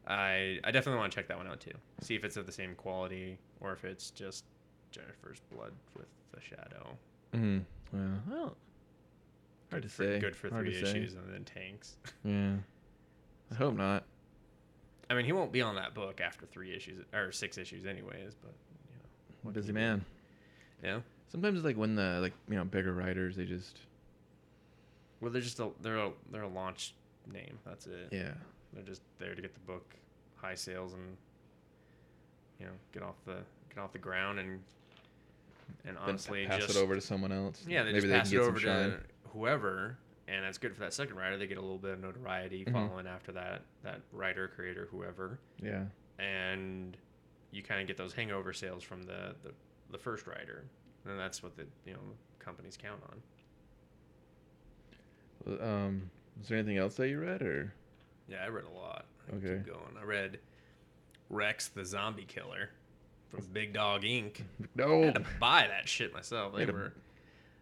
C: I I definitely want to check that one out too. See if it's of the same quality or if it's just Jennifer's blood with the Shadow.
B: Mhm. Well, well, hard to
C: for,
B: say.
C: Good for
B: Hard to
C: three
B: say.
C: issues and then tanks.
B: Yeah. I hope not.
C: I mean, he won't be on that book after three issues or six issues, anyways. But you know, What
B: Busy
C: can you do?
B: man.
C: yeah.
B: Sometimes like when the like you know bigger writers they just
C: Well, they're just a they're a they're a launch name. That's it.
B: yeah
C: They're just there to get the book high sales and you know get off the get off the ground and and
B: then
C: honestly
B: pass
C: just
B: it over to someone else.
C: yeah they
B: Maybe
C: just
B: can
C: pass
B: get
C: it
B: some
C: over
B: shine.
C: to whoever and that's good for that second writer. They get a little bit of notoriety
B: Mhm.
C: following after that that writer creator whoever.
B: Yeah.
C: and you kind of get those hangover sales from the, the, the first rider, and that's what the you know companies count on.
B: Well, Um, is there anything else that you read, or
C: Yeah, I read a lot. I can
B: Okay.
C: keep going. I read Rex the Zombie Killer from Big Dog Inc. I
B: no?
C: had to buy that shit myself. They
B: Wait a-
C: were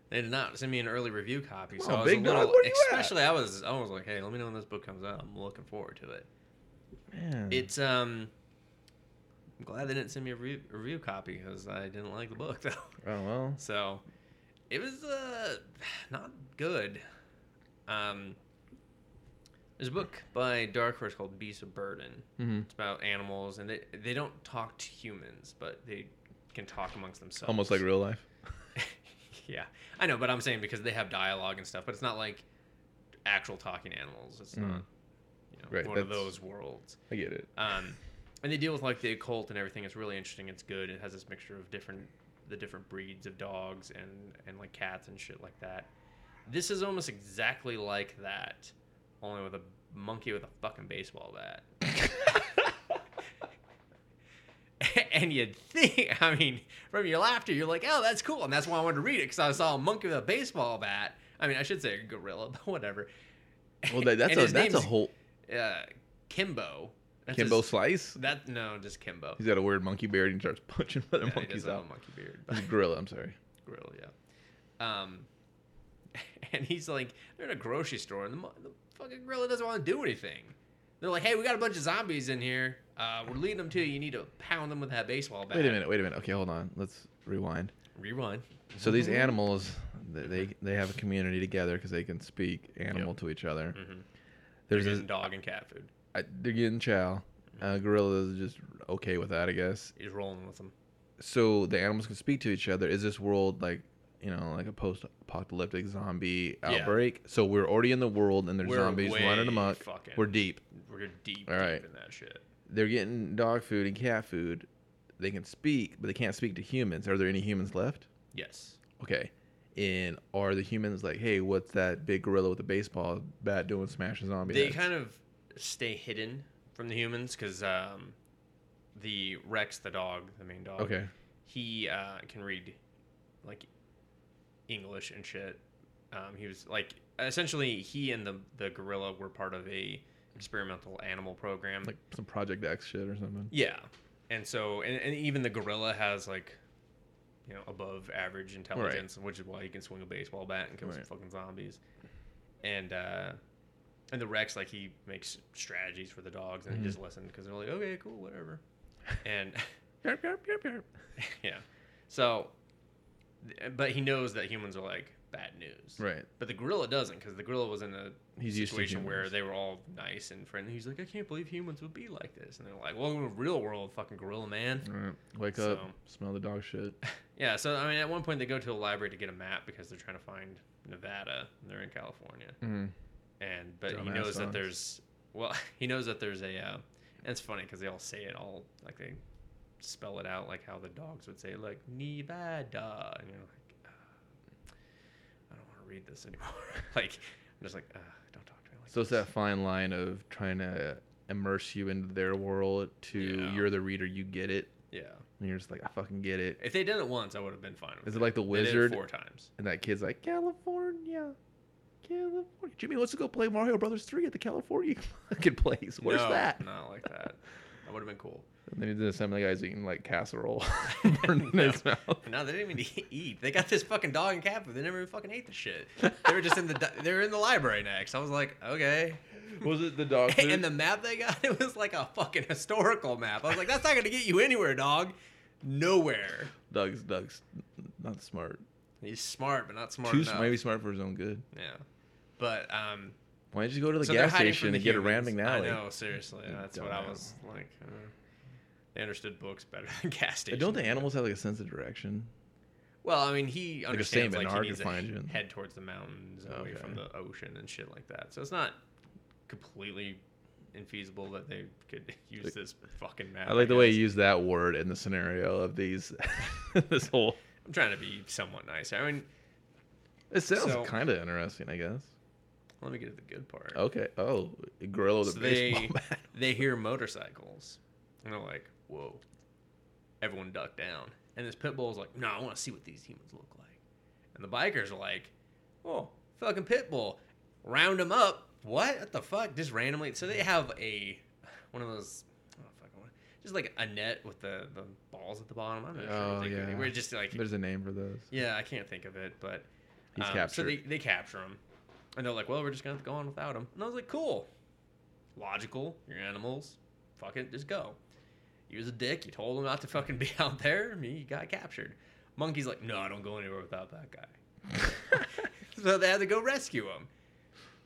C: they did not send me an early review copy, so
B: Come
C: I
B: on,
C: was
B: Big
C: a
B: Dog,
C: little.
B: where you at?
C: especially, I was I was like, hey, let me know when this book comes out. I'm looking forward to it.
B: Man.
C: It's um. I'm glad they didn't send me a re- a review copy because I didn't like the book though.
B: oh well.
C: So it was uh not good. Um There's a book by Dark Horse called Beasts of Burden.
B: Mm-hmm.
C: It's about animals, and they they don't talk to humans, but they can talk amongst themselves.
B: Almost like real life.
C: yeah, I know, but I'm saying because they have dialogue and stuff, but it's not like actual talking animals. It's
B: Mm.
C: not you know
B: Right,
C: one of
B: that's-
C: those worlds.
B: I get it.
C: Um, and they deal with like the occult and everything. It's really interesting. It's good. It has this mixture of different the different breeds of dogs and and like cats and shit like that. This is almost exactly like that, only with a monkey with a fucking baseball bat. and you'd think, I mean, from your laughter, you're like, oh, that's cool. And that's why I wanted to read it because I saw a monkey with a baseball bat. I mean, I should say a gorilla, but whatever.
B: Well, that, that's
C: And
B: a
C: his
B: that's a
C: name's
B: whole
C: Uh, Kimbo. That's
B: Kimbo
C: his-
B: Slice.
C: that no, just Kimbo.
B: He's got a weird monkey beard and he starts punching other
C: Yeah, he does
B: monkeys
C: have a
B: out.
C: monkey beard, but
B: He's a gorilla. I'm sorry.
C: gorilla, yeah. Um, and he's like, they're in a grocery store, and the, mo- the fucking gorilla doesn't want to do anything. They're like, hey, we got a bunch of zombies in here. Uh, we're leading them to you. You need to pound them with that baseball bat.
B: Wait a minute. Wait a minute. Okay, hold on. Let's rewind.
C: Rerun.
B: So these
C: Mm-hmm.
B: animals, th- they they have a community together because they can speak animal to each other.
C: Mhm. There's
B: There's
C: a
B: this,
C: dog and cat food.
B: I, they're getting chow.
C: Mm-hmm.
B: Uh, gorillas are just okay with that, I guess.
C: He's rolling with them.
B: So the animals can speak to each other. Is this world like, you know, like a post-apocalyptic zombie
C: Yeah.
B: outbreak? So we're already in the world and there's
C: We're
B: zombies running
C: way
B: amok.
C: fucking-
B: We're deep.
C: We're deep,
B: All right.
C: deep in that shit.
B: They're getting dog food and cat food. They can speak, but they can't speak to humans. Are there any humans left?
C: Yes.
B: Okay. And are the humans like, hey, what's that big gorilla with a baseball bat doing smashing zombie?
C: they
B: heads?"
C: kind of stay hidden from the humans because um, the Rex, the dog, the main dog,
B: Okay.
C: he uh, can read like English and shit. Um, he was like essentially he and the the gorilla were part of a experimental animal program.
B: Like some Project X shit or something.
C: yeah, and so and, and even the gorilla has like you know above average intelligence, which is why he can swing a baseball bat and kill some
B: Right.
C: fucking zombies. And uh, and the Rex like he makes strategies for the dogs and
B: Mhm.
C: he just listened because they're like okay cool whatever, and.
B: Yarp, yarp, yarp, yarp.
C: yeah. So, th- but he knows that humans are like bad news.
B: Right.
C: But the gorilla doesn't because the gorilla was in a
B: He's used to
C: situation where
B: humans.
C: they were all nice and friendly. He's like, I can't believe humans would be like this. And they're like, Well, we're a real world fucking gorilla, man.
B: All right. Wake up,
C: So-
B: smell the dog shit.
C: Yeah. So I mean, at one point they go to a library to get a map because they're trying to find Nevada. And they're in California.
B: Mm.
C: And but he
B: Dumbass
C: knows that
B: dogs.
C: there's well, he knows that there's a. Uh, and it's funny because they all say it all like they spell it out like how the dogs would say like Nevada, and you're like, uh, I don't want to read this anymore. like I'm just like, uh, don't talk to me like.
B: So it's
C: this.
B: that fine line of trying to immerse you into their world to
C: Yeah.
B: you're the reader, you get it.
C: Yeah.
B: And you're just like, I fucking get it.
C: If they did it once, I would have been fine. With
B: Is it like the
C: They did it
B: wizard?
C: four times?
B: And that kid's like, California. California. Jimmy wants to go play Mario Brothers 3 at the California fucking place. Where's
C: No,
B: that?
C: Not like that. That would have been cool.
B: And then the assembly guy's eating like casserole. burning
C: no.
B: his mouth.
C: No, they didn't even eat. They got this fucking dog and cat food. They never even fucking ate the shit. They were just in the di- they were in the library next. I was like, okay.
B: Was it the dog food?
C: And the map they got, it was like a fucking historical map. I was like, that's not gonna get you anywhere, dog. Nowhere.
B: Doug's Doug's not smart.
C: He's smart, but not smart
B: Too
C: enough.
B: maybe smart for his own good.
C: Yeah. But um,
B: Why don't you go to the
C: so they're
B: gas
C: hiding from
B: station
C: the
B: and get a
C: humans.
B: random alley?
C: I know, seriously. That's what I
B: dumbass.
C: was like. uh, they understood books better than gas
B: And
C: stations.
B: Don't the
C: do.
B: animals have like a sense of direction?
C: Well, I mean, he
B: a
C: understands
B: statement,
C: like,
B: hard
C: he
B: to
C: needs to
B: find you.
C: head towards the mountains and away
B: Okay.
C: from the ocean and shit like that. So it's not completely infeasible that they could use this fucking map.
B: I like the way
C: guess.
B: you use that word in the scenario of these. this whole
C: I'm trying to be somewhat nice. I mean,
B: it sounds
C: So-
B: kind of interesting, I guess.
C: let me get to the good part.
B: Okay. Oh, a gorilla with
C: So
B: a
C: they-
B: baseball bat.
C: They hear motorcycles and they're like, "Whoa!" Everyone ducked down, and this pit bull's like, "No, I want to see what these humans look like." And the bikers are like, "Oh, fucking pit bull, round them up! What? What the fuck? Just randomly?" So they have a one of those, oh fuck, I wanna- just like a net with the the balls at the bottom. I'm not
B: Oh,
C: sure.
B: yeah.
C: We're just like,
B: There's a name for those.
C: yeah, I can't think of it, but um,
B: He's
C: So
B: captured.
C: they, they capture him, and they're like, "Well, we're just gonna have to go on without him." And I was like, "Cool, logical. You're animals. Fuck it, just go." You was a dick. You told him not to fucking be out there. I mean, you got captured. Monkey's like, "No, I don't go anywhere without that guy." so they had to go rescue him.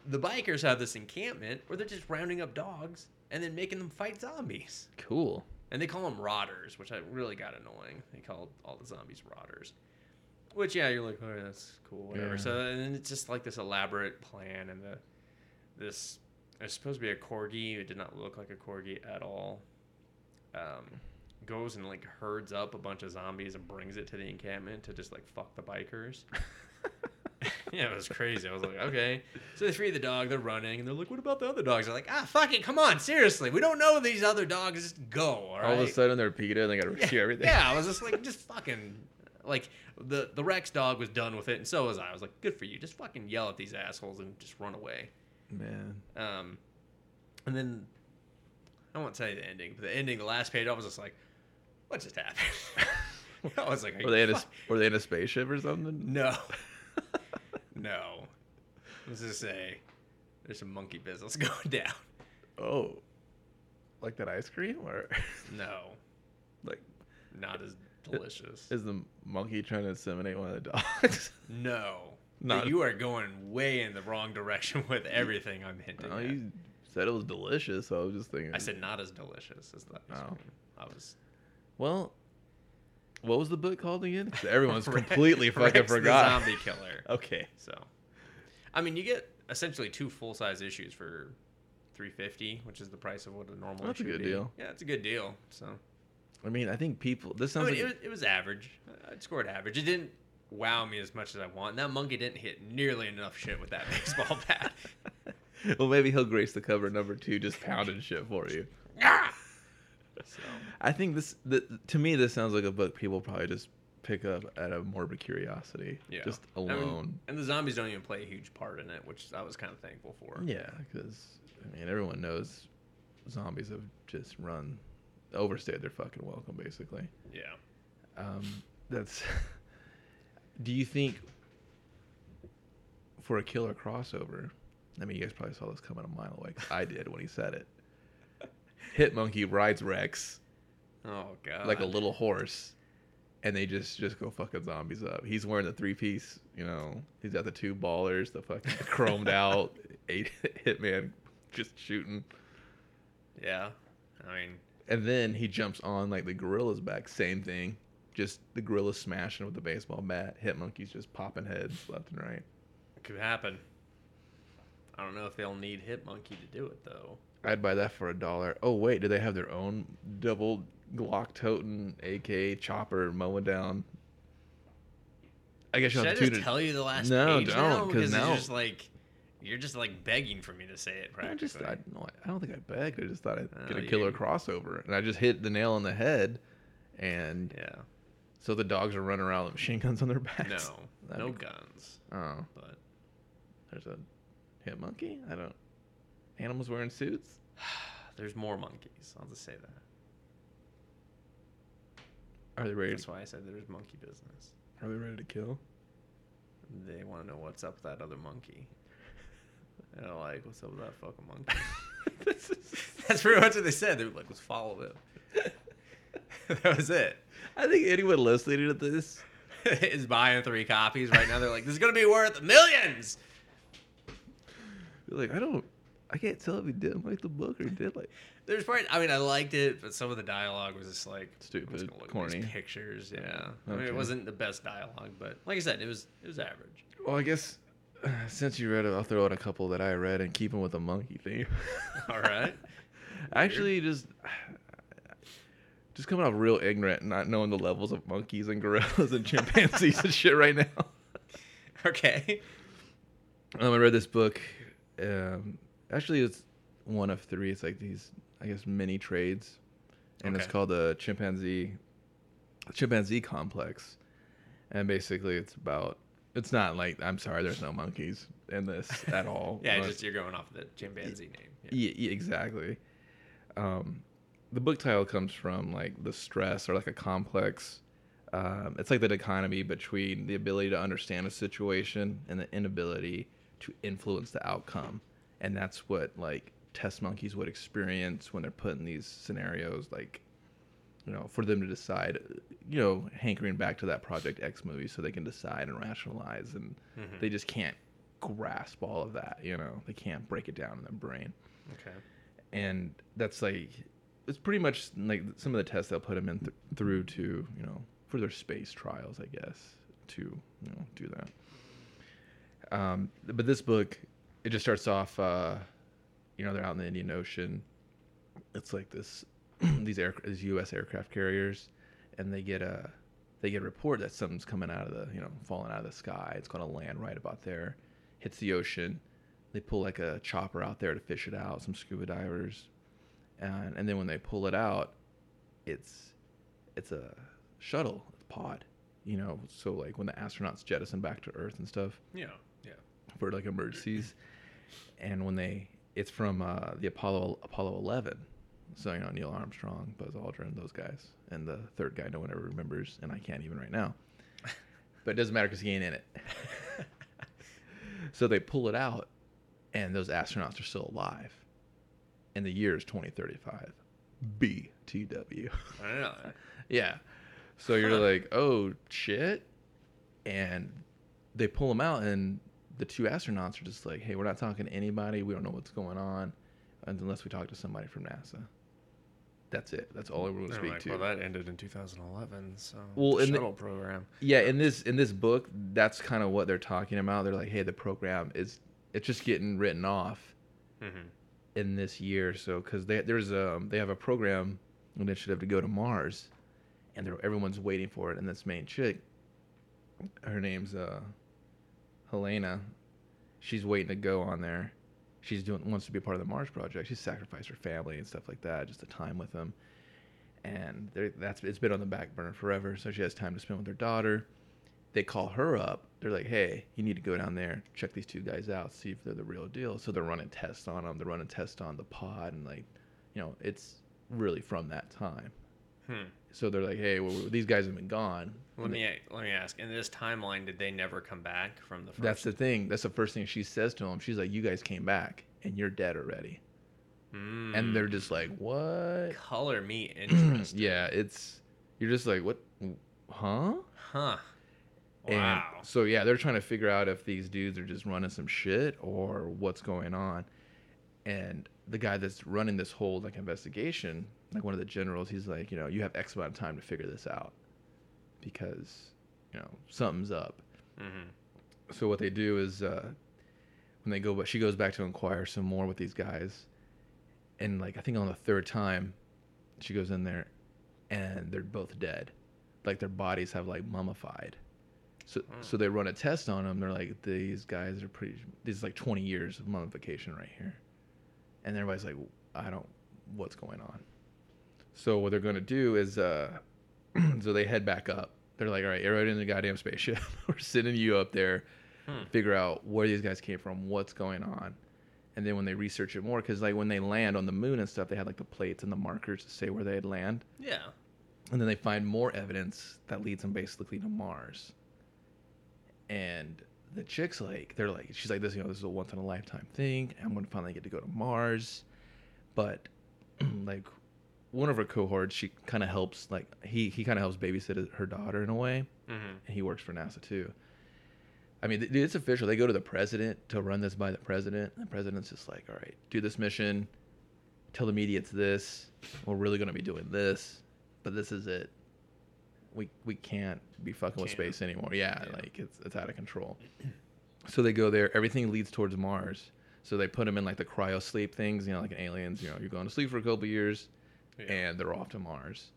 C: the bikers have this encampment where they're just rounding up dogs and then making them fight zombies.
B: Cool.
C: And they call them rotters, which I really got annoying. They called all the zombies rotters. Which yeah, you're like, oh yeah, that's cool, whatever.
B: Yeah.
C: So and then it's just like this elaborate plan and the this it's supposed to be a corgi. It did not look like a corgi at all. Um, goes and like herds up a bunch of zombies and brings it to the encampment to just like fuck the bikers. yeah, it was crazy. I was like, okay. So they free the dog. They're running, and they're like, what about the other dogs? They're like, ah, fuck it, come on, seriously, we don't know these other dogs. Just go. All,
B: All of
C: right?"
B: a sudden they're PETA and they got to
C: yeah,
B: rescue everything.
C: Yeah, I was just like, just fucking, like the the Rex dog was done with it, and so was I. I was like, good for you. Just fucking yell at these assholes and just run away.
B: Man.
C: Um, and then I won't tell you the ending, but the ending, the last page, I was just like, what just happened? I was like,
B: Were they, in
C: in
B: a, were they in a spaceship or something?
C: no, no. Let's just say there's some monkey business going down.
B: Oh. Like that ice cream? Or
C: No,
B: like,
C: not as delicious.
B: is the monkey trying to inseminate one of the dogs?
C: No.
B: Not-
C: you are going way in the wrong direction with everything I'm hinting
B: Oh,
C: at.
B: you said it was delicious, so I was just thinking.
C: I said not as delicious as that.
B: Oh.
C: I was
B: well, what was the book called again? 'Cause everyone's
C: Rex-
B: completely fucking
C: Rex the
B: forgot.
C: zombie killer.
B: Okay.
C: So, I mean, you get essentially two full size issues for 350, which is the price of what a normal.
B: That's a
C: issue would
B: good
C: be.
B: deal.
C: Yeah, it's a good deal. So,
B: I mean, I think people. This
C: I
B: sounds like
C: mean, it was, it was average. I I'd scored average. It didn't wow me as much as I want. That monkey didn't hit nearly enough shit with that baseball bat.
B: well, maybe he'll grace the cover number two, just pounding shit for you.
C: Ah! so,
B: I think this, the, to me, this sounds like a book people probably just pick up out of morbid curiosity,
C: yeah.
B: just
C: I mean,
B: alone.
C: and the zombies don't even play a huge part in it, which I was kind of thankful for.
B: Yeah, because I mean, everyone knows zombies have just run, overstayed their fucking welcome, basically.
C: Yeah.
B: Um, that's. do you think for a killer crossover? I mean, you guys probably saw this coming a mile away. 'cause I did when he said it. Hit monkey rides Rex
C: Oh god.
B: like a little horse, and they just just go fucking zombies up. He's wearing the three piece, you know. He's got the two ballers, the fucking chromed out eight hitman, just shooting.
C: Yeah. I mean,
B: And then he jumps on like the gorilla's back. Same thing. Just the gorilla smashing with the baseball bat. Hit monkeys just popping heads left and right.
C: it could happen. I don't know if they'll need Hit Monkey to do it though.
B: I'd buy that for a dollar. Oh wait, do they have their own double Glock toting AK chopper mowing down? I guess you'll
C: Should I
B: have to
C: just
B: tune it.
C: tell you the last
B: No,
C: page
B: don't,
C: now?
B: 'cause
C: Because
B: now-
C: you're just like you're just like begging for me to say it
B: I just
C: practically.
B: I, no, I don't think I begged. I just thought I'd
C: Oh,
B: get a
C: you
B: killer
C: didn't.
B: crossover, and I just hit the nail on the head. And
C: yeah.
B: so the dogs are running around with machine guns on their backs.
C: No.
B: That'd
C: no
B: be-
C: guns.
B: Oh,
C: But
B: there's a hit monkey. I don't. Animals wearing suits.
C: there's more monkeys. I'll just say that.
B: Are they ready?
C: That's why I said there's monkey business.
B: Are they ready to kill?
C: They want to know what's up with that other monkey. They're like, what's up with that fucking monkey? That's pretty much what they said. They were like, let's follow him. that was it.
B: I think anyone listening to this,
C: is buying three copies right now. They're like, this is gonna be worth millions.
B: be like, I don't. I can't tell if he didn't like the book or did like.
C: There's part. I mean, I liked it, but some of the dialogue was just like I'm just
B: Stupid,
C: gonna look at these
B: corny.
C: pictures. Yeah, I mean,
B: Okay.
C: it wasn't the best dialogue, but like I said, it was it was average.
B: Well, I guess uh, since you read it, I'll throw out a couple that I read and keep them with the monkey theme.
C: All right.
B: Actually, just just coming off real ignorant, not knowing the levels of monkeys and gorillas and chimpanzees and shit right now.
C: okay.
B: Um, I read this book. Um, actually, it's one of three. It's like these, I guess, mini trades, and it's
C: Okay.
B: called the chimpanzee chimpanzee complex. And basically, it's about. It's not like I'm sorry. There's no monkeys in this at all.
C: Yeah,
B: Like-
C: just you're going off the chimpanzee name.
B: yeah, yeah, exactly. Um, the book title comes from like the stress or like a complex. Um, it's like the dichotomy between the ability to understand a situation and the inability to influence the outcome, and that's what like test monkeys would experience when they're put in these scenarios, like you know, for them to decide, you know, hankering back to that Project X movie so they can decide and rationalize, and they just can't grasp all of that. You know, they can't break it down in their brain,
C: Okay.
B: and that's like it's pretty much like some of the tests they'll put them in th- through to you know for their space trials, I guess, to you know do that. Um, but this book, it just starts off, uh, you know, they're out in the Indian Ocean. It's like this, these air, these U.S. aircraft carriers, and they get a, they get a report that something's coming out of the, you know, falling out of the sky. It's going to land right about there, hits the ocean. They pull like a chopper out there to fish it out. Some scuba divers, and and then when they pull it out, it's, it's a shuttle, it's a pod, you know. So like when the astronauts jettison back to Earth and stuff,
C: Yeah. Yeah.
B: for like emergencies. And when they, it's from uh, the Apollo Apollo 11, so you know Neil Armstrong, Buzz Aldrin, those guys, and the third guy no one ever remembers, and I can't even right now. But it doesn't matter because he ain't in it. so they pull it out, and those astronauts are still alive, and the year is 2035. BTW.
C: I don't know.
B: Yeah. So you're
C: Huh.
B: like, oh shit, and they pull them out, and the two astronauts are just like, hey, we're not talking to anybody. We don't know what's going on, and unless we talk to somebody from NASA. That's it. That's all we're going to
C: They're
B: speak
C: like,
B: to.
C: well, that ended in 2011. So
B: Well,
C: the
B: and the-
C: shuttle program.
B: yeah, in this in this book, that's kind of what they're talking about. They're like, hey, the program is it's just getting written off.
C: Mm-hmm.
B: in this year. So because they there's um they have a program initiative to go to Mars, and they're, everyone's waiting for it. And this main chick, her name's uh, Helena, she's waiting to go on there. She's doing wants to be a part of the Mars project. She sacrificed her family and stuff like that, just the time with them. And they're- that's it's been on the back burner forever. So she has time to spend with her daughter. They call her up. They're like, "Hey, you need to go down there, check these two guys out, see if they're the real deal." So they're running tests on them. They're running tests on the pod, and like, you know, it's really from that time.
C: Hmm.
B: So they're like, "Hey, well, these guys have been gone."
C: Let me let me ask. In this timeline, did they never come back from the first?
B: That's the thing. That's the first thing she says to him. She's like, "You guys came back, and you're dead already."
C: Mm.
B: And they're just like, "What?"
C: color me interested.
B: yeah, it's you're just like, "What? Huh?"
C: Huh.
B: And
C: Wow.
B: so yeah, they're trying to figure out if these dudes are just running some shit or what's going on. And the guy that's running this whole like investigation, like one of the generals, he's like, you know, you have X amount of time to figure this out because, you know, something's up.
C: mm-hmm.
B: so what they do is uh, when they go but she goes back to inquire some more with these guys and like i think on the third time she goes in there and they're both dead like their bodies have like mummified so
C: Hmm.
B: so they run a test on them they're like these guys are pretty this is like 20 years of mummification right here and everybody's like i don't what's going on so what they're going to do is uh so they head back up. They're like, all right, you're right in the goddamn spaceship. We're sending you up there,
C: Hmm.
B: figure out where these guys came from, what's going on. And then when they research it more, because like when they land on the moon and stuff, they had like the plates and the markers to say where they'd land.
C: Yeah.
B: And then they find more evidence that leads them basically to Mars. And the chick's like, they're like, she's like, this, you know, this is a once in a lifetime thing. I'm going to finally get to go to Mars. But like one of her cohorts, she kind of helps, like, he, he kind of helps babysit her daughter in a way
C: Mm-hmm.
B: and he works for NASA too. I mean, th- dude, it's official. They go to the president to run this by the president. The president's just like, all right, do this mission. Tell the media it's this. We're really going to be doing this, but this is it. We we can't be fucking with
C: Can't.
B: space anymore. Yeah,
C: Yeah.
B: like it's it's out of control. so they go there. Everything leads towards Mars. So they put them in like the cryo sleep things, you know, like aliens. You know, you're going to sleep for a couple years,
C: Yeah.
B: and they're off to Mars.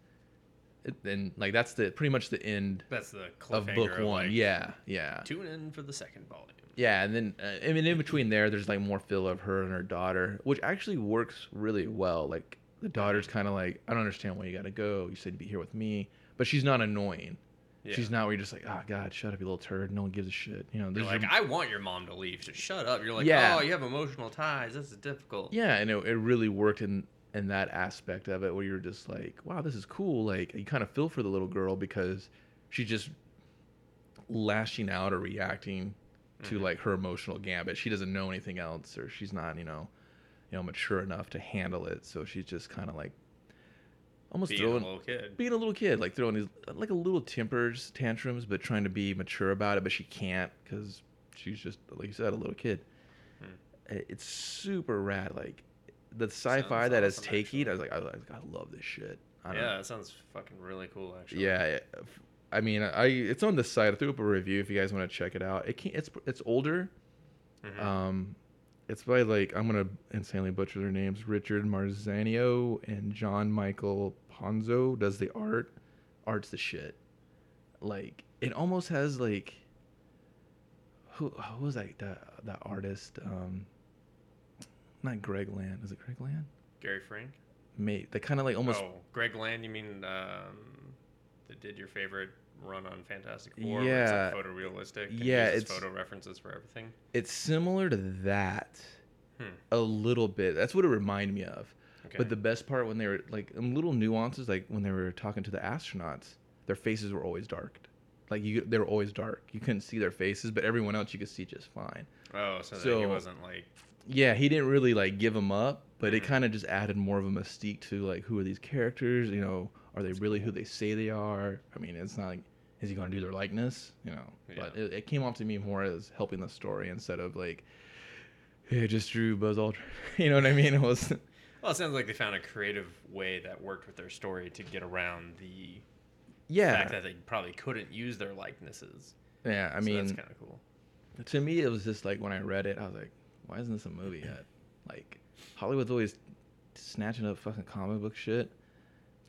B: It, and like that's the pretty much the end
C: That's the
B: of
C: cliffhanger
B: book one.
C: like,
B: yeah, yeah,
C: Tune in for the second volume.
B: yeah. And then uh, I mean, in between there, there's like more fill of her and her daughter, which actually works really well. Like the daughter's
C: Mm-hmm.
B: kind of like, I don't understand why you got to go. You said to be here with me, but she's not annoying.
C: Yeah.
B: She's not where you're just like, oh god, shut up, you little turd. No one gives a shit. You know, there's
C: You're like, I want your mom to leave. So shut up. You're like,
B: Yeah.
C: oh, you have emotional ties. This is difficult.
B: yeah, and it, it really worked in in that aspect of it where you're just like, wow, this is cool. Like you kind of feel for the little girl because she's just lashing out or reacting to
C: Mhm.
B: like her emotional gambit. She doesn't know anything else, or she's not, you know, you know, mature enough to handle it. So she's just kind of like almost
C: Being a
B: throwing
C: little kid.
B: being a little kid, like throwing these like a little tempers tantrums, but trying to be mature about it, but she can't because she's just like you said, a little kid. I- It's super rad. Like the sci-fi
C: Hmm. Sounds
B: that it's
C: awesome,
B: taking,
C: actually.
B: I was like, I, was like, I love this shit. I don't
C: Yeah, that sounds fucking really cool. Actually.
B: yeah it- f- i mean i it's on the site i threw up a review if you guys want to check it out it can't it's it's older
C: Mhm.
B: um it's by like i'm gonna insanely butcher their names richard marzanio and john michael ponzo does the art art's the shit like it almost has like who, who was like that that artist um not greg land is it greg land
C: Gary Frank.
B: mate they kind of like almost
C: oh, Greg Land. You mean um, that did your favorite run on Fantastic Four?
B: Yeah.
C: Where it's like photorealistic. and
B: Yeah,
C: uses
B: it's-
C: photo references for everything.
B: it's similar to that
C: Hmm.
B: a little bit that's what it reminded me of
C: Okay.
B: but the best part when they were like um, little nuances like when they were talking to the astronauts their faces were always dark like you they were always dark you couldn't see their faces but everyone else you could see just fine
C: oh, so, that he
B: so-
C: wasn't like
B: yeah he didn't really like give them up but it
C: Mhm.
B: kind of just added more of a mystique to like who are these characters you know are they really who they say they are i mean it's not like is he going to do their likeness you know but it, it came off to me more as helping the story instead of like hey, I just drew buzz Aldrin. you know what i mean it was
C: Well, it sounds like they found a creative way that worked with their story to get around the
B: yeah
C: fact that they probably couldn't use their likenesses.
B: yeah i
C: So
B: mean
C: that's kind of cool.
B: to me it was just like when i read it i was like why isn't this a movie yet like hollywood's always snatching up fucking comic book shit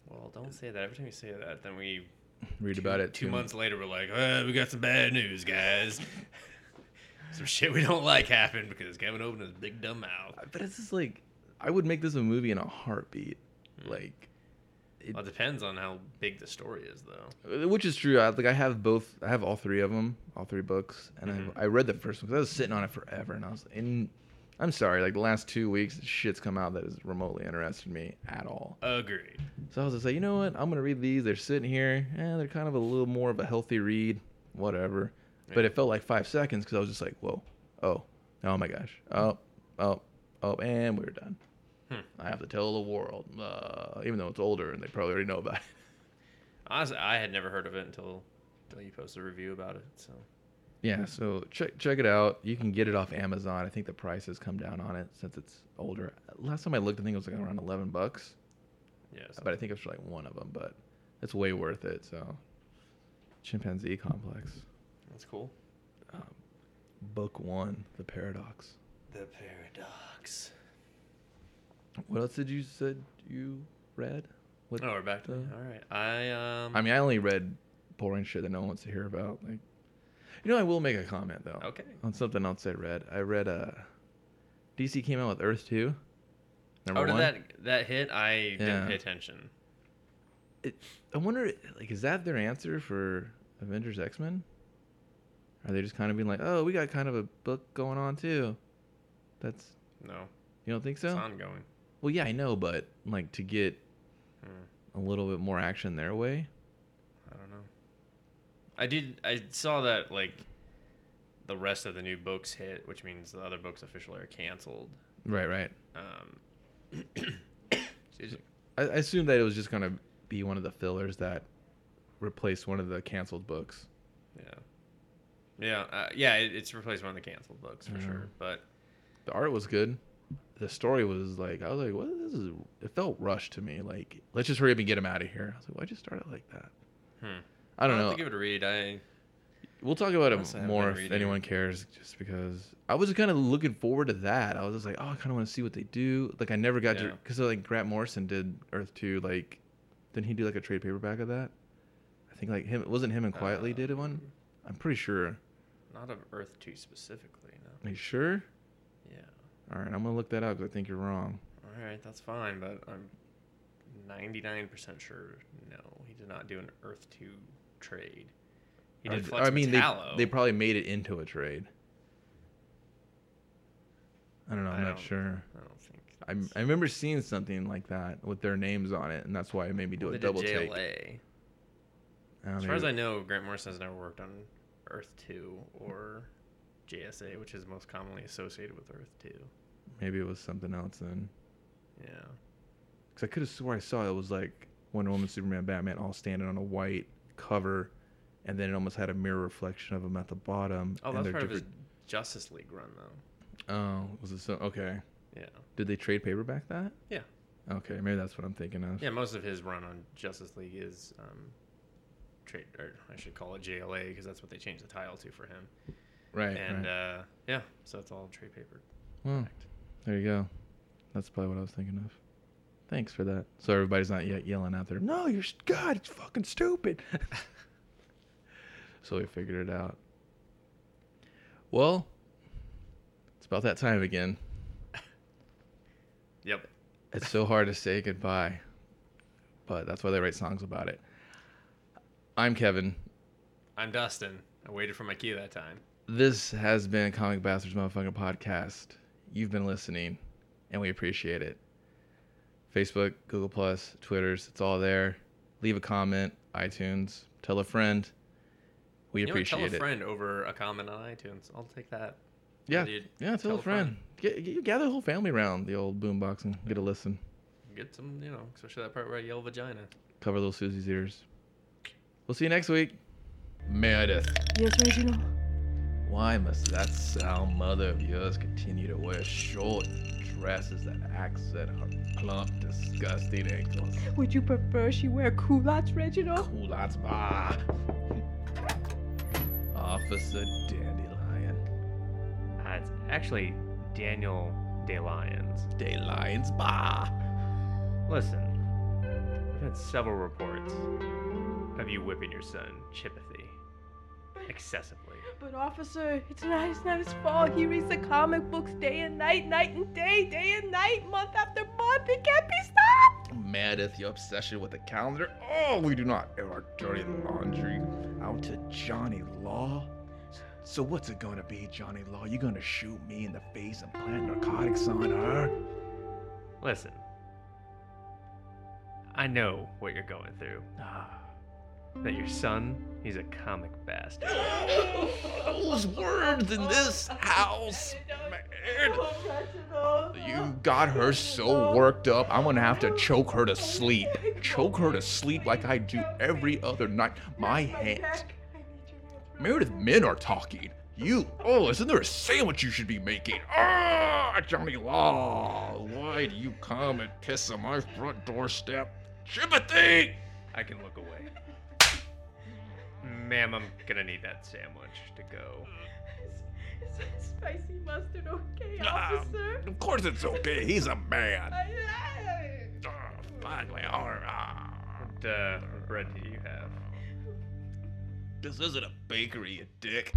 C: Well, don't say that. Every time you say that, then we
B: read
C: two-
B: about it
C: Two
B: too.
C: months later, we're like, "Uh, we got some bad news, guys. some shit we don't like happened because Kevin opened his big dumb mouth.
B: but it's just like i would make this a movie in a heartbeat
C: Hmm.
B: like
C: Well, it depends on how big the story is, though.
B: which is true. I like I have both. I have all three of them, all three books, and
C: Mm-hmm.
B: I, I read the first one because I was sitting on it forever, and I was and I'm sorry, like the last two weeks, shit's come out that has remotely interested me at all.
C: Agreed.
B: So I was just like, you know what? I'm gonna read these. They're sitting here, and they're kind of a little more of a healthy read, whatever. But
C: Yeah.
B: it felt like five seconds because I was just like, whoa, oh, oh my gosh, oh, oh, oh, and we're done.
C: Hmm.
B: I have to tell the world, uh, even though it's older and they probably already know about it.
C: Honestly, I had never heard of it until until you posted a review about it. So
B: Yeah, so check check it out. You can get it off Amazon. I think the price has come down on it since it's older. Last time I looked, I think it was like around eleven bucks,
C: yeah, so
B: but I think it's for like one of them. But it's way worth it. So, chimpanzee complex,
C: that's cool.
B: book one, the paradox.
C: The paradox.
B: What else did you said you read? What?
C: Oh, we're back to
B: the-
C: all right. I um.
B: I mean, I only read boring shit that no one wants to hear about. Like, you know, I will make a comment though
C: okay.
B: on something else I read. I read uh, DC came out with Earth Two. Number
C: Oh,
B: one.
C: did that that hit? I didn't
B: Yeah.
C: pay attention.
B: it, I wonder, like, is that their answer for Avengers X Men? Are they just kind of being like, oh, we got kind of a book going on too? That's
C: No,
B: you don't think so?
C: it's ongoing.
B: well, yeah, I know, but like to get a
C: Hmm.
B: little bit more action their way.
C: I don't know. I did. I saw that like the rest of the new books hit, which means the other books officially are canceled.
B: Right, right.
C: Um, excuse me.
B: I, I assumed that it was just gonna be one of the fillers that replaced one of the canceled books.
C: Yeah. Yeah, uh, yeah, it, it's replaced one of the canceled books for
B: Mm-hmm.
C: sure. But
B: The art was good. The story was like, I was like, what? This is. It felt rushed to me. Like, let's just hurry up and get him out of here. I was like, why'd you start it like that?
C: Hmm.
B: I don't
C: I'll have
B: know.
C: to give it a read. I
B: We'll talk about
C: Unless I
B: it
C: haven't
B: more
C: been
B: if
C: reading.
B: anyone cares, just because I was kind of looking forward to that. I was just like, oh, I kind of want to see what they do. Like, I never got
C: Yeah.
B: to because like Grant Morrison did Earth Two. Like, didn't he do like a trade paperback of that? I think like him it wasn't him and Quietly
C: Uh,
B: did it one. I'm pretty sure.
C: not of Earth Two specifically. No.
B: Are you sure?
C: Yeah.
B: All right, I'm gonna look that up 'cause I think you're wrong.
C: All right, that's fine, but I'm 99% sure no, he did not do an Earth 2 trade. He
B: Or-
C: did
B: or,
C: Flex
B: I mean, they,
C: Metallo.
B: they probably made it into a trade. I don't know. I'm
C: I
B: not
C: don't-
B: sure.
C: I don't think.
B: I,
C: that's-
B: I remember seeing something like that with their names on it, and that's why it made me do
C: Well,
B: a
C: they
B: double
C: did
B: take.
C: JLA.
B: Uh,
C: As far as
B: maybe-
C: I know, Grant Morrison has never worked on Earth 2 or JSA, which is most commonly associated with Earth 2.
B: Maybe it was something else then.
C: Yeah.
B: Because I could have swore I saw it was like Wonder Woman, Superman, Batman all standing on a white cover, and then it almost had a mirror reflection of them at the bottom.
C: Oh,
B: and
C: that's
B: they're
C: part of his Justice League run though.
B: Oh, was it so? Okay.
C: Yeah.
B: Did they trade paperback that?
C: Yeah.
B: Okay, maybe that's what I'm thinking of.
C: Yeah, most of his run on Justice League is um, trade, or I should call it JLA because that's what they changed the title to for him.
B: Right.
C: and
B: right.
C: Uh, yeah, so it's all trade paper.
B: well, Hmm. there you go. That's probably what I was thinking of. Thanks for that. So everybody's not yet yelling out there. No, you're s- God. It's fucking stupid. so we figured it out. Well, it's about that time again.
C: Yep.
B: It's so hard to say goodbye, but that's why they write songs about it. I'm Kevin.
C: I'm Dustin. I waited for my cue that time.
B: This has been Comic Bastards Motherfucking Podcast. You've been listening, and we appreciate it. Facebook, Google Plus, Twitter's, it's all there. Leave a comment, iTunes, tell a friend. We
C: You know what?
B: appreciate
C: Tell a
B: it.
C: friend over a comment on iTunes. I'll take that.
B: Yeah,
C: Or you
B: yeah, tell, a friend. Get, get, gather the whole family around the old boombox and get a listen.
C: Get some, you know, especially that part where I yell vagina.
B: Cover little Susie's ears. We'll see you next week. Meredith.
D: Yes, Reginald.
B: Why must that sow mother of yours continue to wear short dresses that accent her plump, disgusting ankles?
D: Would you prefer she wear culottes, Reginald?
B: Culottes, bah! Officer Dandelion.
C: Uh, it's actually Daniel Day Lyons.
B: Dandelions, bah!
C: Listen, I've had several reports of you whipping your son, Chipothy, excessively.
D: But officer, it's not it's not his fault. He reads the comic books day and night, night and day, day and night, month after month. It can't be stopped.
B: Meredith, your obsession with the calendar. Oh, we do not air our dirty laundry out to Johnny Law. So what's it gonna be, Johnny Law? You gonna shoot me in the face and plant narcotics on her?
C: Listen, I know what you're going through. That your son, he's a comic bastard.
B: Those words in this house, man. You got her so worked up. I'm gonna have to choke her to sleep. Choke her to sleep like I do every other night. My hands. Meredith, men are talking. You, oh, isn't there a sandwich you should be making? Ah, Johnny Law, why do you come and piss on my front doorstep? Timothy!
C: I can look away. Ma'am, I'm gonna need that sandwich to go.
D: Is that spicy mustard okay,
B: Ah.
D: officer?
B: Of course it's okay, he's a man.
D: I- I-
B: Oh, fuck my arm. Ah.
C: What, uh, what bread do you have?
B: This isn't a bakery, you dick.